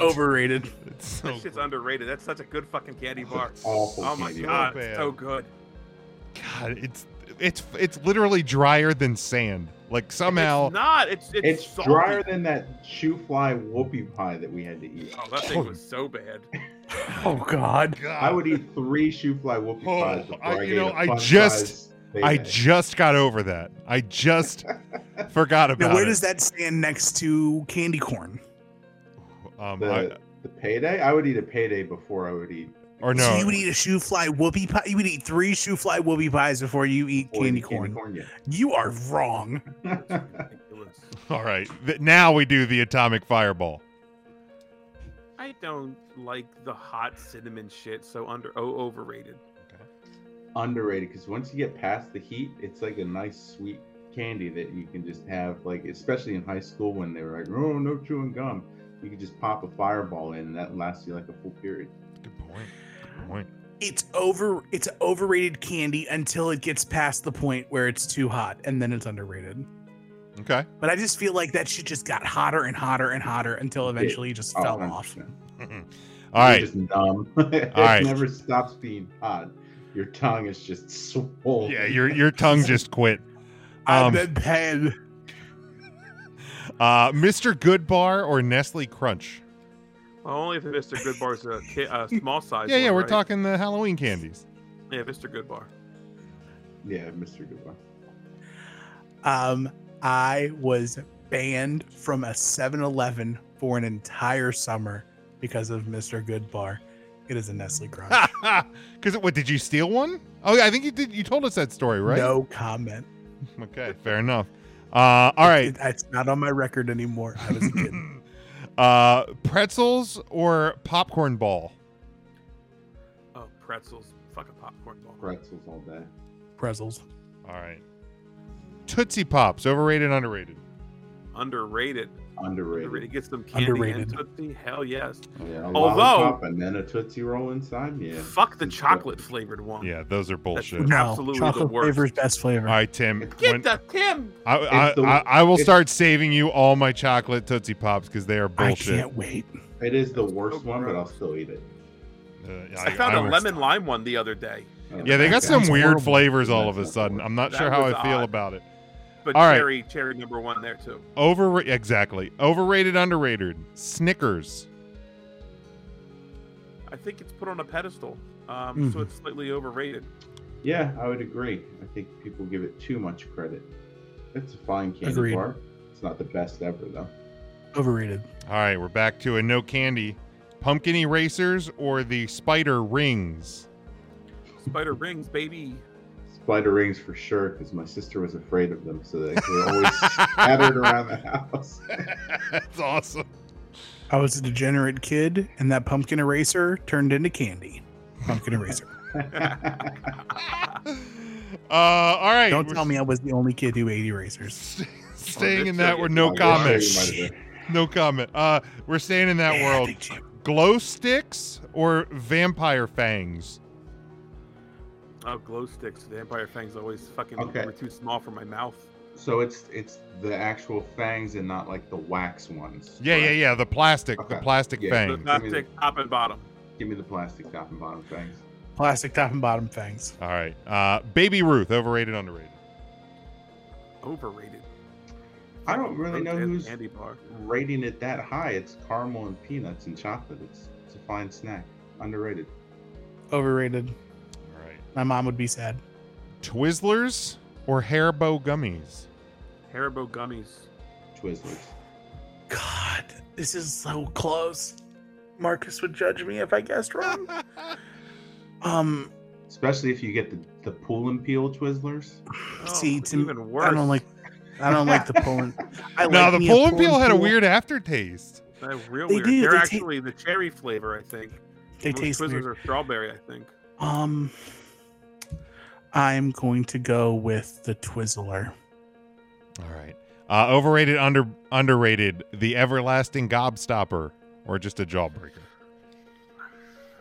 Speaker 4: Overrated.
Speaker 1: It's so
Speaker 2: That shit's
Speaker 1: gross.
Speaker 2: underrated. That's such a good fucking candy bar.
Speaker 3: Awful
Speaker 2: Oh my
Speaker 3: candy
Speaker 1: bar.
Speaker 2: god, it's so good.
Speaker 1: God, it's it's it's literally drier than sand. Like somehow.
Speaker 2: It's not. It's
Speaker 3: It's
Speaker 2: it's, salty.
Speaker 3: drier than that shoe fly whoopie pie that we had to eat.
Speaker 2: Oh, that thing was so bad.
Speaker 4: Oh God.
Speaker 1: God.
Speaker 3: I <laughs> would eat three shoe fly whoopie
Speaker 1: Oh,
Speaker 3: pies. before
Speaker 1: I- you
Speaker 3: gave
Speaker 1: know,
Speaker 3: a
Speaker 1: I
Speaker 3: fun
Speaker 1: just-
Speaker 3: size
Speaker 1: I
Speaker 3: payday.
Speaker 1: just got over that. I
Speaker 3: <laughs>
Speaker 1: just forgot about
Speaker 4: Now, where
Speaker 1: it.
Speaker 4: does that stand next to candy corn?
Speaker 1: um, I,
Speaker 3: the, the payday. I would eat a payday before I would eat
Speaker 1: or no?
Speaker 4: So you would eat a shoe fly whoopie pie. You would eat three shoe fly whoopie pies before you eat
Speaker 3: before I
Speaker 4: candy
Speaker 3: eat
Speaker 4: corn.
Speaker 3: corn
Speaker 4: You are wrong.
Speaker 3: yet.
Speaker 2: Ridiculous.
Speaker 1: All right. Th- now we do the atomic fireball.
Speaker 2: I don't like the hot cinnamon shit. So under oh overrated.
Speaker 3: <laughs> Underrated because once you get past the heat, it's like a nice sweet candy that you can just have. Like especially in high school when they were like, "Oh, no chewing gum." You could just pop a fireball in, and that lasts you like a full period.
Speaker 1: Good point. Good point.
Speaker 4: It's over. It's overrated candy until it gets past the point where it's too hot, and then it's underrated.
Speaker 1: Okay.
Speaker 4: But I just feel like that shit just got hotter and hotter and hotter until eventually it just
Speaker 3: Oh,
Speaker 4: fell
Speaker 3: 100%.
Speaker 4: off.
Speaker 1: All
Speaker 3: You're
Speaker 1: right.
Speaker 3: Just numb. <laughs> it
Speaker 1: right.
Speaker 3: never stops being hot. Your tongue is just swollen.
Speaker 1: Yeah, your your tongue just quit.
Speaker 4: I've
Speaker 1: Um,
Speaker 4: been paid.
Speaker 1: Uh, Mr. Goodbar or Nestle Crunch?
Speaker 2: Well, only if Mr. Goodbar's a, ki- a small size.
Speaker 1: Yeah, yeah,
Speaker 2: one,
Speaker 1: we're
Speaker 2: right?
Speaker 1: talking the Halloween candies. <laughs>
Speaker 2: Yeah, Mr. Goodbar.
Speaker 3: yeah, Mr. Goodbar.
Speaker 4: Um, I was banned from a 7-Eleven for an entire summer because of Mr. Goodbar. It is
Speaker 1: <laughs>
Speaker 4: a Nestle Crunch.
Speaker 1: Because what did you steal one? Oh, yeah, I think you did. You told us that story, right?
Speaker 4: No comment.
Speaker 1: Okay, fair enough. Uh, all right.
Speaker 4: It- it's not on my record anymore. I was
Speaker 1: <laughs>
Speaker 4: a kid.
Speaker 1: uh, pretzels or popcorn ball?
Speaker 2: Oh, pretzels. Fuck a popcorn ball.
Speaker 3: Pretzels all day.
Speaker 4: Pretzels.
Speaker 1: All right. Tootsie Pops, overrated, underrated.
Speaker 2: Underrated.
Speaker 3: Underrated.
Speaker 2: Underrated. Get some candy
Speaker 4: Underrated.
Speaker 2: and Tootsie. Hell yes.
Speaker 3: Yeah, a
Speaker 2: Although-
Speaker 3: lollipop and then a tootsie roll inside. Yeah.
Speaker 2: Fuck the
Speaker 3: It's
Speaker 2: chocolate
Speaker 3: good.
Speaker 2: flavored one.
Speaker 1: Yeah, those are bullshit.
Speaker 2: No, Absolutely the
Speaker 4: chocolate
Speaker 2: worst.
Speaker 4: flavor is best flavor.
Speaker 1: All right, Tim.
Speaker 3: It's-
Speaker 2: Get
Speaker 1: when-
Speaker 2: the Tim.
Speaker 1: I, I,
Speaker 3: It's the-
Speaker 1: I, I will
Speaker 3: it's-
Speaker 1: start saving you all my chocolate Tootsie Pops because they are
Speaker 4: I
Speaker 1: bullshit.
Speaker 4: can't wait.
Speaker 3: It is the
Speaker 2: It's so
Speaker 3: worst one, but I'll
Speaker 2: gross.
Speaker 3: still eat it.
Speaker 1: Uh,
Speaker 2: I, found
Speaker 1: a
Speaker 2: a lemon lime one the other day,
Speaker 1: Yeah, they got
Speaker 4: That
Speaker 1: some
Speaker 4: sounds
Speaker 1: weird
Speaker 4: horrible.
Speaker 1: flavors all
Speaker 3: That
Speaker 1: of a
Speaker 3: sounds
Speaker 1: sudden. I'm not
Speaker 2: That
Speaker 1: sure how I
Speaker 2: was
Speaker 1: feel
Speaker 2: odd.
Speaker 1: about it.
Speaker 2: but
Speaker 1: All right.
Speaker 2: cherry, cherry number one there too.
Speaker 1: Over exactly. Overrated, underrated. Snickers.
Speaker 2: I think it's put on a pedestal, um, so
Speaker 3: Mm-hmm.
Speaker 4: Mhm.
Speaker 2: it's slightly overrated.
Speaker 3: Yeah, I would agree. I think people give it too much credit. It's a fine candy
Speaker 4: Agreed.
Speaker 3: bar. It's not the best ever though.
Speaker 4: Overrated.
Speaker 1: All right, we're back to a no candy. Pumpkin erasers or the spider rings.
Speaker 2: Spider rings, baby.
Speaker 3: Spider rings for sure, because my sister was afraid of them, so they were
Speaker 1: <laughs>
Speaker 3: always
Speaker 4: <laughs>
Speaker 3: scattered around the house. <laughs>
Speaker 1: That's awesome. <laughs>
Speaker 4: I was a degenerate kid, and that pumpkin eraser turned into candy.
Speaker 1: <laughs>
Speaker 4: Pumpkin eraser.
Speaker 1: Uh, all right.
Speaker 4: Don't
Speaker 1: we're
Speaker 4: tell me I was the only kid who ate erasers.
Speaker 1: st- staying
Speaker 2: Oh, this
Speaker 1: in that.
Speaker 2: show
Speaker 1: We're
Speaker 2: gets
Speaker 1: no
Speaker 2: longer.
Speaker 1: comment.
Speaker 3: Sure, you might have been.
Speaker 1: No comment. Uh, we're staying in that
Speaker 4: Yeah,
Speaker 1: world.
Speaker 4: big chip.
Speaker 1: Glow sticks or vampire fangs.
Speaker 2: Oh, glow sticks. The Vampire Fangs always fucking
Speaker 3: Okay.
Speaker 2: were too small for my mouth.
Speaker 3: So it's it's the actual fangs and not like the wax ones.
Speaker 1: Yeah, yeah,
Speaker 3: correct?
Speaker 1: yeah. The plastic, the
Speaker 3: Okay.
Speaker 1: plastic
Speaker 3: Yeah.
Speaker 2: The
Speaker 1: fangs.
Speaker 3: Give me the-
Speaker 2: plastic top and bottom.
Speaker 3: Give me the plastic top and bottom fangs.
Speaker 4: Plastic top and bottom fangs.
Speaker 1: All right. Uh, Baby Ruth, overrated, underrated.
Speaker 2: Overrated.
Speaker 3: I don't really know
Speaker 2: Broke-ass
Speaker 3: who's
Speaker 2: candy bar.
Speaker 3: rating it that high. It's caramel and peanuts and chocolate. It's, it's a fine snack. Underrated.
Speaker 4: Overrated.
Speaker 1: All right.
Speaker 4: My mom would be sad.
Speaker 1: Twizzlers or Haribo
Speaker 4: <laughs>
Speaker 1: gummies.
Speaker 2: Haribo gummies.
Speaker 3: Twizzlers.
Speaker 4: God, this is so close. Marcus would judge me if I guessed wrong. <laughs> um,
Speaker 3: Especially if you get the, the pull and peel Twizzlers.
Speaker 4: See,
Speaker 2: it's
Speaker 4: to me-
Speaker 2: Oh, even worse.
Speaker 4: I don't like, I don't like the <laughs> pulling.
Speaker 3: <laughs>
Speaker 4: I
Speaker 1: now
Speaker 4: like
Speaker 1: the
Speaker 4: me a
Speaker 1: pull and peel had a
Speaker 4: pull.
Speaker 1: weird aftertaste.
Speaker 2: They're real
Speaker 4: They
Speaker 2: weird.
Speaker 4: do,
Speaker 2: They're
Speaker 4: they ta-
Speaker 2: actually the cherry flavor, I think.
Speaker 4: They
Speaker 2: Most
Speaker 4: taste
Speaker 2: Twizzlers
Speaker 4: weird.
Speaker 2: are strawberry, I think.
Speaker 4: Um, I'm going to go with the Twizzler.
Speaker 1: All right. Uh, overrated, under underrated. The everlasting gobstopper, or just a jawbreaker.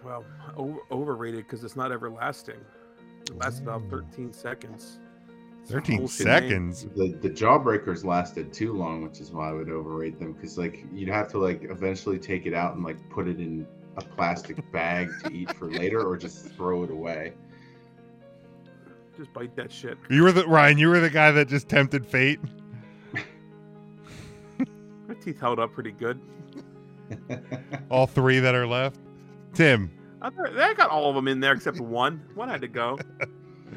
Speaker 2: Well, o- overrated because it's not everlasting. It lasted
Speaker 4: Mm.
Speaker 2: about 13 seconds.
Speaker 1: Thirteen
Speaker 2: Bullshit, man.
Speaker 1: seconds.
Speaker 3: The the jawbreakers lasted too long, which is why I would overrate them because like you'd have to like eventually take it out and like put it in a plastic bag to eat for later, or just throw it away. <laughs>
Speaker 2: Just bite that shit.
Speaker 1: You were the Ryan. You were the guy that just tempted fate.
Speaker 2: My teeth held up pretty good.
Speaker 1: All three that are left. Tim.
Speaker 2: I thought- I got all of them in there
Speaker 3: <laughs>
Speaker 2: except for one. One had to go.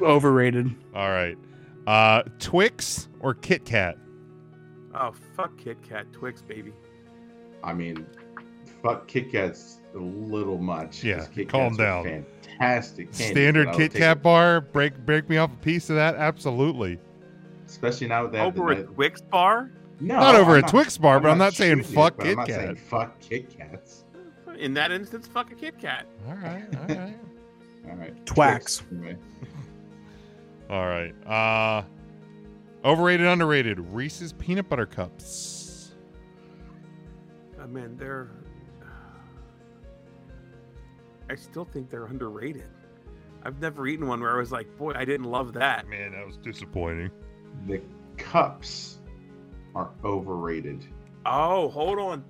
Speaker 4: Overrated.
Speaker 1: All right. Uh, Twix or Kit Kat?
Speaker 2: Oh fuck, Kit Kat, Twix, baby.
Speaker 3: I mean, fuck Kit Kat's a little much. 'cause
Speaker 1: Yeah,
Speaker 3: Kit
Speaker 1: calm
Speaker 3: Kats are
Speaker 1: down.
Speaker 3: Fantastic. candy, but
Speaker 1: Standard
Speaker 3: I would
Speaker 1: Kit
Speaker 3: take
Speaker 1: Kat
Speaker 3: it-
Speaker 1: bar. Break break me off a piece of that. Absolutely.
Speaker 3: especially now that they have the
Speaker 2: Over a
Speaker 3: net-
Speaker 2: Twix bar
Speaker 3: No,
Speaker 1: not over
Speaker 3: I'm
Speaker 1: a Twix bar, but I'm not saying
Speaker 3: shooting it,
Speaker 1: fuck
Speaker 3: but
Speaker 1: Kit
Speaker 3: I'm not
Speaker 1: Kat.
Speaker 3: saying fuck Kit Kats.
Speaker 2: in that instance, fuck a Kit Kat.
Speaker 1: All right. All right.
Speaker 3: All right,
Speaker 4: Twax.
Speaker 3: Twix, anyway.
Speaker 1: all right. Uh, overrated, underrated. Reese's peanut butter cups.
Speaker 2: I mean, Oh, they're. I still think they're underrated. I've never eaten one where I was like, boy, I didn't love that.
Speaker 1: Man, that was disappointing.
Speaker 3: The cups are overrated.
Speaker 2: Oh, hold on.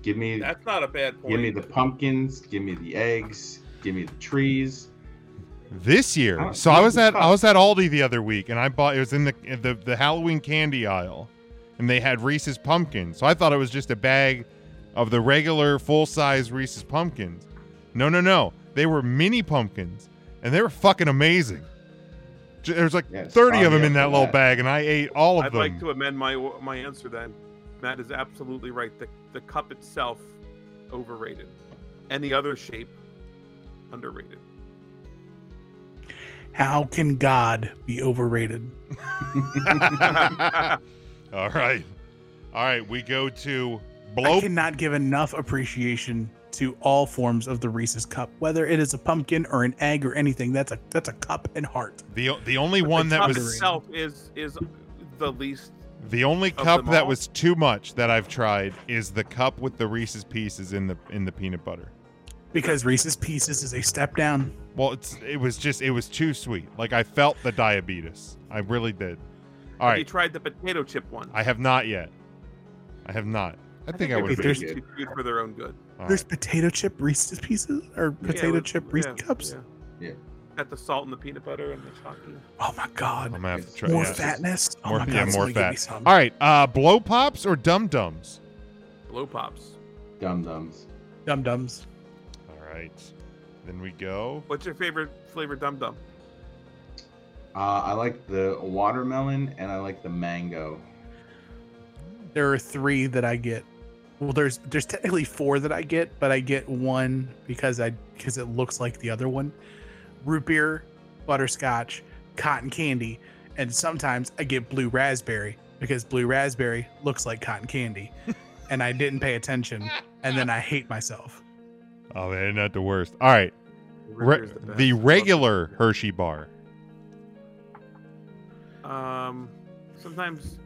Speaker 3: Give me,
Speaker 2: That's not a bad point.
Speaker 3: give me the pumpkins. Give me the eggs. Give me the trees.
Speaker 1: This year,
Speaker 3: I don't
Speaker 1: so I
Speaker 3: think
Speaker 1: was
Speaker 3: it's
Speaker 1: at I
Speaker 3: tough.
Speaker 1: was at Aldi the other week, and I bought it was in the in the, the Halloween candy aisle, and they had Reese's pumpkins. So I thought it was just a bag of the regular full size Reese's pumpkins. No, no, no, they were mini pumpkins, and they were fucking amazing. J- There was like
Speaker 3: Yes,
Speaker 1: thirty of
Speaker 3: sign me
Speaker 1: them in
Speaker 3: up
Speaker 1: that
Speaker 3: for
Speaker 1: little
Speaker 3: that.
Speaker 1: bag, and I ate all of
Speaker 2: I'd
Speaker 1: them.
Speaker 2: like to <laughs> amend my my answer then. Matt is absolutely right. The the cup itself overrated. Any other shape underrated.
Speaker 4: How can God be overrated?
Speaker 1: <laughs> all right, all right, we go to
Speaker 4: I
Speaker 1: blow.
Speaker 4: cannot give enough appreciation to all forms of the Reese's cup, whether it is a pumpkin or an egg or anything. That's a that's a cup and heart.
Speaker 1: the the only
Speaker 2: But
Speaker 1: one
Speaker 2: the
Speaker 1: that
Speaker 2: cup
Speaker 1: was
Speaker 2: itself is is the least
Speaker 1: The only
Speaker 2: Of
Speaker 1: cup
Speaker 2: them
Speaker 1: that
Speaker 2: all?
Speaker 1: was too much that I've tried is the cup with the Reese's pieces in the in the peanut butter.
Speaker 4: Because Reese's Pieces is a step down.
Speaker 1: Well, it's it was just it was too sweet. Like I felt the diabetes. I really did. All
Speaker 2: You
Speaker 1: right,
Speaker 2: tried the potato chip one.
Speaker 1: I have not yet. I have not. I think I,
Speaker 2: they're
Speaker 1: would.
Speaker 4: pretty
Speaker 1: Be.
Speaker 2: being too cute for their own good.
Speaker 1: All
Speaker 4: There's
Speaker 1: right.
Speaker 4: potato chip Reese's Pieces or
Speaker 2: Yeah,
Speaker 4: potato
Speaker 2: with-
Speaker 4: chip Reese's
Speaker 2: yeah,
Speaker 4: cups.
Speaker 2: Yeah.
Speaker 3: Yeah.
Speaker 2: Got the salt and the peanut butter and the chocolate.
Speaker 4: Oh my
Speaker 1: I'm
Speaker 4: god.
Speaker 1: gonna have to try.
Speaker 4: More
Speaker 1: yeah.
Speaker 4: fatness. Oh
Speaker 1: More-
Speaker 4: my god.
Speaker 1: yeah, more
Speaker 4: somebody give me
Speaker 1: fat.
Speaker 4: some.
Speaker 1: All right, uh, blow pops or dum dums.
Speaker 2: Blow pops.
Speaker 3: Dum dums.
Speaker 4: Dum dums.
Speaker 1: All right, then we go.
Speaker 2: What's your favorite flavor dum dum?
Speaker 3: Uh, I like the watermelon and I like the mango.
Speaker 4: There are three that I get. Well, there's there's technically four that I get, but I get one because I because it looks like the other one. Root beer, butterscotch, cotton candy, and sometimes I get blue raspberry because blue raspberry looks like
Speaker 2: <laughs>
Speaker 4: cotton candy, and I didn't pay attention, and then I hate myself.
Speaker 1: Oh man, not the worst. All right,
Speaker 2: Root
Speaker 1: Re-
Speaker 2: beer's best.
Speaker 1: the
Speaker 2: I love
Speaker 1: regular
Speaker 2: root
Speaker 1: Hershey bar.
Speaker 2: beer. Um, sometimes,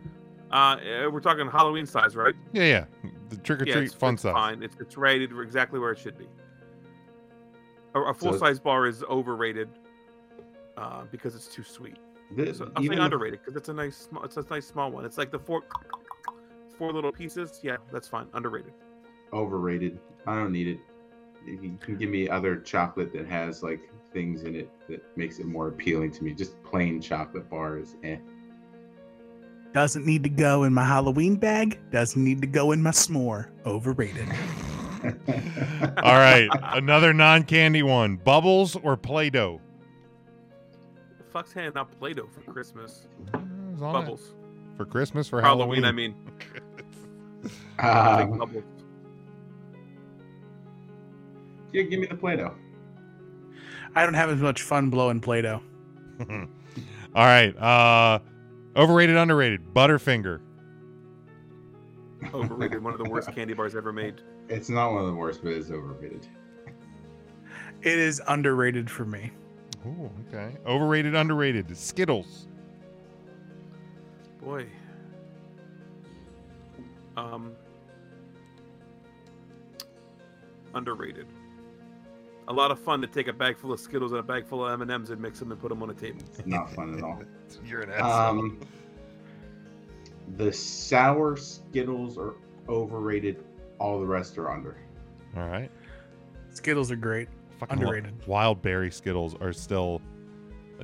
Speaker 2: uh, eh, we're talking Halloween size, right?
Speaker 1: Yeah, yeah. The trick or treat
Speaker 2: it's,
Speaker 1: fun
Speaker 2: it's
Speaker 1: size.
Speaker 2: Fine. It's it's rated exactly where it should be. A, a full size bar is overrated uh, because it's too sweet.
Speaker 3: The,
Speaker 2: So I'll say
Speaker 3: even the-
Speaker 2: underrated because it's a nice small. It's a nice small one. It's like the four four little pieces. Yeah, that's fine. Underrated.
Speaker 3: overrated. I don't need it. If you can give me other chocolate that has like things in it that makes it more appealing to me. Just plain chocolate bars. Eh.
Speaker 4: Doesn't need to go in my Halloween bag. Doesn't need to go in my s'more. Overrated.
Speaker 3: Um,
Speaker 1: All right, another non-candy one: bubbles or Play-Doh.
Speaker 2: The fuck's handing out Play-Doh for Christmas?
Speaker 1: It's on it.
Speaker 2: Bubbles.
Speaker 1: for Christmas for
Speaker 2: For Halloween,
Speaker 1: Halloween.
Speaker 2: I mean.
Speaker 1: <laughs>
Speaker 2: Like
Speaker 3: Um,
Speaker 2: bubbles.
Speaker 3: yeah, give me the Play-Doh.
Speaker 4: I don't have as much fun blowing Play-Doh.
Speaker 1: <laughs> All right, uh, overrated, underrated. Butterfinger.
Speaker 2: Overrated. One of the worst candy bars ever made.
Speaker 3: It's not one of the worst, but it's overrated.
Speaker 4: It is underrated for me.
Speaker 1: Ooh, okay. Overrated, underrated. Skittles.
Speaker 2: Boy. Um. Underrated. a lot of fun to take a bag full of Skittles and a bag full of M and M's and mix them and put them on a table.
Speaker 3: Not fun at all.
Speaker 1: You're an asshole.
Speaker 3: Um, the sour Skittles are overrated. All the rest are under.
Speaker 1: All right.
Speaker 4: Skittles are great.
Speaker 1: Fucking lo-
Speaker 4: Underrated.
Speaker 1: wild berry Skittles are still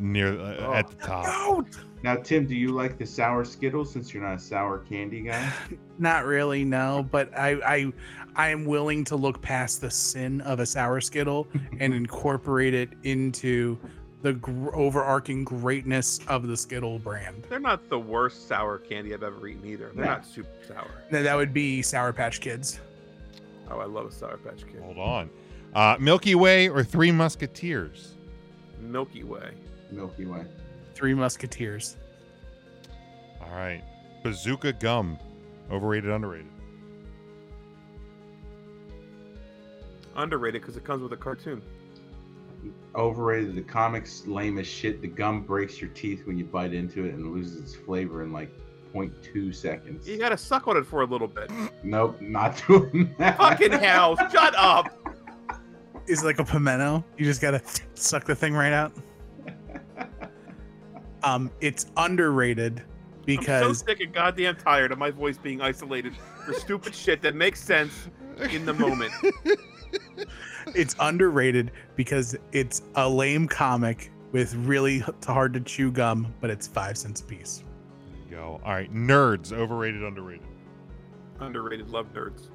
Speaker 1: near uh,
Speaker 3: Oh.
Speaker 1: at the top.
Speaker 4: No,
Speaker 3: Now, Tim, do you like the sour Skittles since you're not a sour candy guy?
Speaker 4: not really. No, but I, I, I am willing to look past the sin of a sour <laughs> skittle and incorporate it into the gr- overarching greatness of the Skittle brand.
Speaker 2: They're not the worst sour candy I've ever eaten either. They're
Speaker 3: No.
Speaker 2: not super sour.
Speaker 4: Now, that would be Sour Patch Kids.
Speaker 2: Oh, I love a sour patch kid.
Speaker 1: Hold on. Uh, Milky Way or Three Musketeers?
Speaker 2: Milky Way.
Speaker 3: Milky Way.
Speaker 4: Three Musketeers.
Speaker 1: All right. Bazooka gum, overrated, underrated.
Speaker 2: Underrated because it comes with a cartoon.
Speaker 3: Overrated. The comics lame as shit. The gum breaks your teeth when you bite into it and loses its flavor in like 0.2 seconds.
Speaker 2: You gotta suck on it for a little bit.
Speaker 3: Nope, not <laughs> doing that.
Speaker 2: Fucking hell! Shut up.
Speaker 4: Is it like a pimento. You just gotta suck the thing right out. Um, it's underrated
Speaker 2: I'm <laughs>
Speaker 4: because
Speaker 2: so sick and goddamn tired of my voice being isolated for stupid shit that makes sense in the moment.
Speaker 4: it's underrated because it's a lame comic with really h- hard to chew gum, but it's five cents a piece.
Speaker 1: There you go. All right. Nerds, overrated, underrated.
Speaker 2: Underrated love nerds.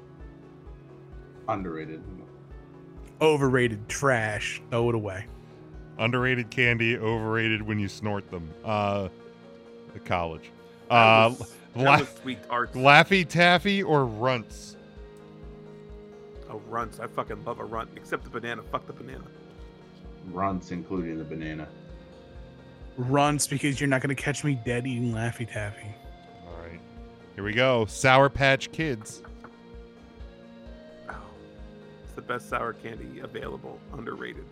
Speaker 3: Underrated.
Speaker 4: Overrated trash. Throw it away.
Speaker 1: Underrated candy, overrated when you snort them. Uh, the college.
Speaker 2: That
Speaker 1: Uh,
Speaker 2: was- that
Speaker 1: La-
Speaker 2: was sweet arts.
Speaker 1: Laffy Taffy or Runts?
Speaker 2: oh, runts. I fucking love a runt. Except the banana. Fuck the banana.
Speaker 3: Runts, including the banana.
Speaker 4: Runts because you're not gonna catch me dead eating Laffy Taffy.
Speaker 1: All right. Here we go. Sour Patch Kids.
Speaker 2: Oh, it's the best sour candy available. Underrated.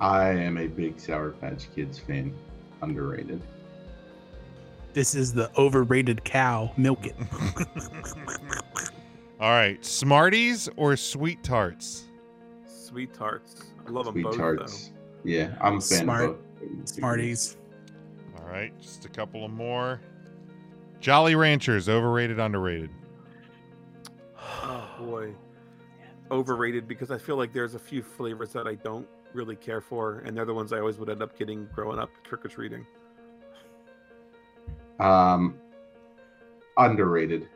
Speaker 3: I am a big Sour Patch Kids fan. Underrated.
Speaker 4: This is the overrated cow. Milk it.
Speaker 1: All right. Smarties or Sweet Tarts?
Speaker 2: Sweet tarts. I love them
Speaker 3: Sweet
Speaker 2: both.
Speaker 3: tarts. Yeah, I'm a fan
Speaker 4: Smart-
Speaker 3: of both.
Speaker 4: Smarties.
Speaker 1: All right. Just a couple of more. Jolly Ranchers, overrated, underrated.
Speaker 2: Though. Oh boy. Overrated because I feel like there's a few flavors that I don't really care for, and they're the ones I always would end up getting growing up trick or treating.
Speaker 3: Um, underrated.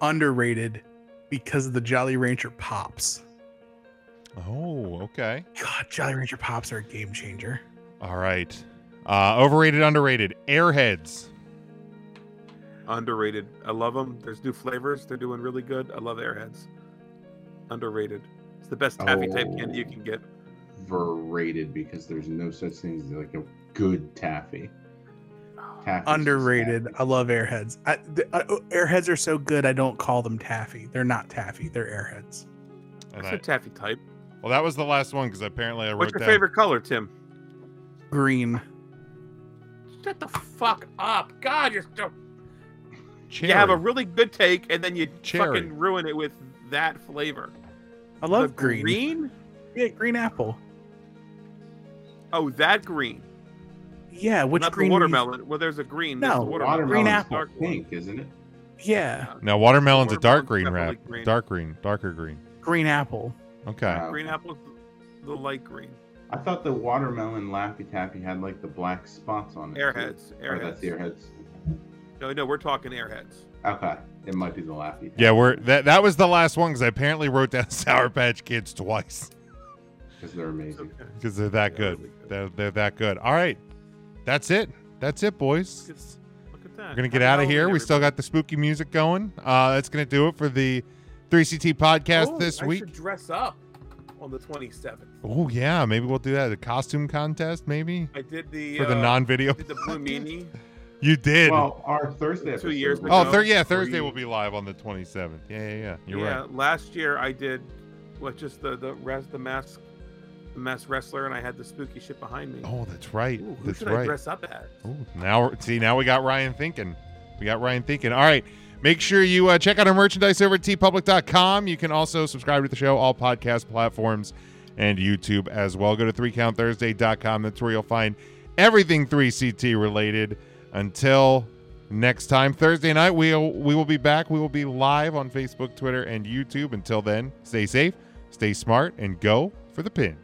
Speaker 4: Underrated because of the Jolly Rancher pops.
Speaker 1: Oh, okay.
Speaker 4: God, Jolly Rancher pops are a game changer.
Speaker 1: All right. Uh, overrated, underrated. Airheads.
Speaker 2: Underrated. I love them. There's new flavors. They're doing really good. I love Airheads. Underrated. It's the best taffy type candy you
Speaker 3: Oh.
Speaker 2: can get.
Speaker 3: Overrated because there's no such thing as like a good taffy. Taffy's just
Speaker 4: Underrated.
Speaker 3: taffy.
Speaker 4: I love Airheads. I, th- uh, airheads are so good. I don't call them taffy. They're not taffy. They're Airheads.
Speaker 1: And
Speaker 2: That's
Speaker 1: I,
Speaker 2: your taffy type.
Speaker 1: well, that was the last one because apparently I wrote
Speaker 2: What's your
Speaker 1: down.
Speaker 2: favorite color, Tim?
Speaker 4: Green.
Speaker 2: Shut the fuck up. God, you're so.
Speaker 1: Cherry.
Speaker 2: You have a really good take, and then you
Speaker 1: Cherry.
Speaker 2: fucking ruin it with that flavor.
Speaker 4: I
Speaker 2: The
Speaker 4: love green.
Speaker 2: green?
Speaker 4: Yeah, green apple.
Speaker 2: Oh, that green.
Speaker 4: Yeah, which
Speaker 2: Not the
Speaker 4: green? do you-
Speaker 2: watermelon. Well, there's a green. There's
Speaker 4: No,
Speaker 2: the watermelon.
Speaker 3: Watermelon's
Speaker 4: Green
Speaker 2: There's
Speaker 4: apple.
Speaker 2: dark one.
Speaker 3: pink, isn't it?
Speaker 4: Yeah,
Speaker 1: now watermelon's a
Speaker 2: Watermelon's
Speaker 1: dark green wrap.
Speaker 2: definitely green.
Speaker 1: Dark green, darker green.
Speaker 4: green apple.
Speaker 1: Okay.
Speaker 3: Uh,
Speaker 2: Green apple's the light green.
Speaker 3: I thought the watermelon Laffy Taffy had like the black spots on it. too.
Speaker 2: Airheads.
Speaker 3: Oh, that's the
Speaker 2: Airheads.
Speaker 3: airheads.
Speaker 2: No, no, we're talking airheads.
Speaker 3: Okay, it might be the Laffy.
Speaker 1: yeah, we're that. That was the last one because I apparently wrote down <laughs> Sour Patch Kids twice
Speaker 3: because they're
Speaker 2: It's
Speaker 3: amazing.
Speaker 2: okay.
Speaker 1: because they're that
Speaker 2: Yeah,
Speaker 1: good.
Speaker 2: really good.
Speaker 1: They're, they're that good. All right, that's it. That's it, boys.
Speaker 2: Look at- Look at that.
Speaker 1: We're gonna get out of here. We still
Speaker 2: got
Speaker 1: got the spooky music going. Uh, that's gonna do it for the 3CT podcast this week.
Speaker 2: Oh, dress up on the 27th.
Speaker 1: Oh yeah, maybe we'll do that. The costume contest, maybe
Speaker 2: I did the
Speaker 1: for the
Speaker 2: uh,
Speaker 1: non-video.
Speaker 2: did the
Speaker 1: <laughs>
Speaker 2: blue meanie.
Speaker 1: You did.
Speaker 3: Well, our Thursday
Speaker 2: Two
Speaker 3: episode
Speaker 2: years
Speaker 3: was
Speaker 2: ago.
Speaker 1: oh,
Speaker 3: out
Speaker 1: thir- yeah,
Speaker 3: before
Speaker 1: Thursday
Speaker 3: you-
Speaker 1: will be live on the 27th. Yeah, yeah, yeah. You're
Speaker 2: yeah,
Speaker 1: right.
Speaker 2: last year I did what just the the res, the mask the mask wrestler, and I had the spooky shit behind me.
Speaker 1: Oh, that's right.
Speaker 2: Ooh, who
Speaker 1: that's
Speaker 2: should I
Speaker 1: right.
Speaker 2: dress up as?
Speaker 1: Ooh, now, we're- see, now we got Ryan thinking. We got Ryan thinking. All right, Make sure you uh, check out our merchandise over at tpublic.com. You can also subscribe to the show, all podcast platforms, and YouTube as well. Go to 3countthursday.com. That's where you'll find everything 3CT related. Until next time, Thursday night, we'll, we will be back. We will be live on Facebook, Twitter, and YouTube. Until then, stay safe, stay smart, and go for the pin.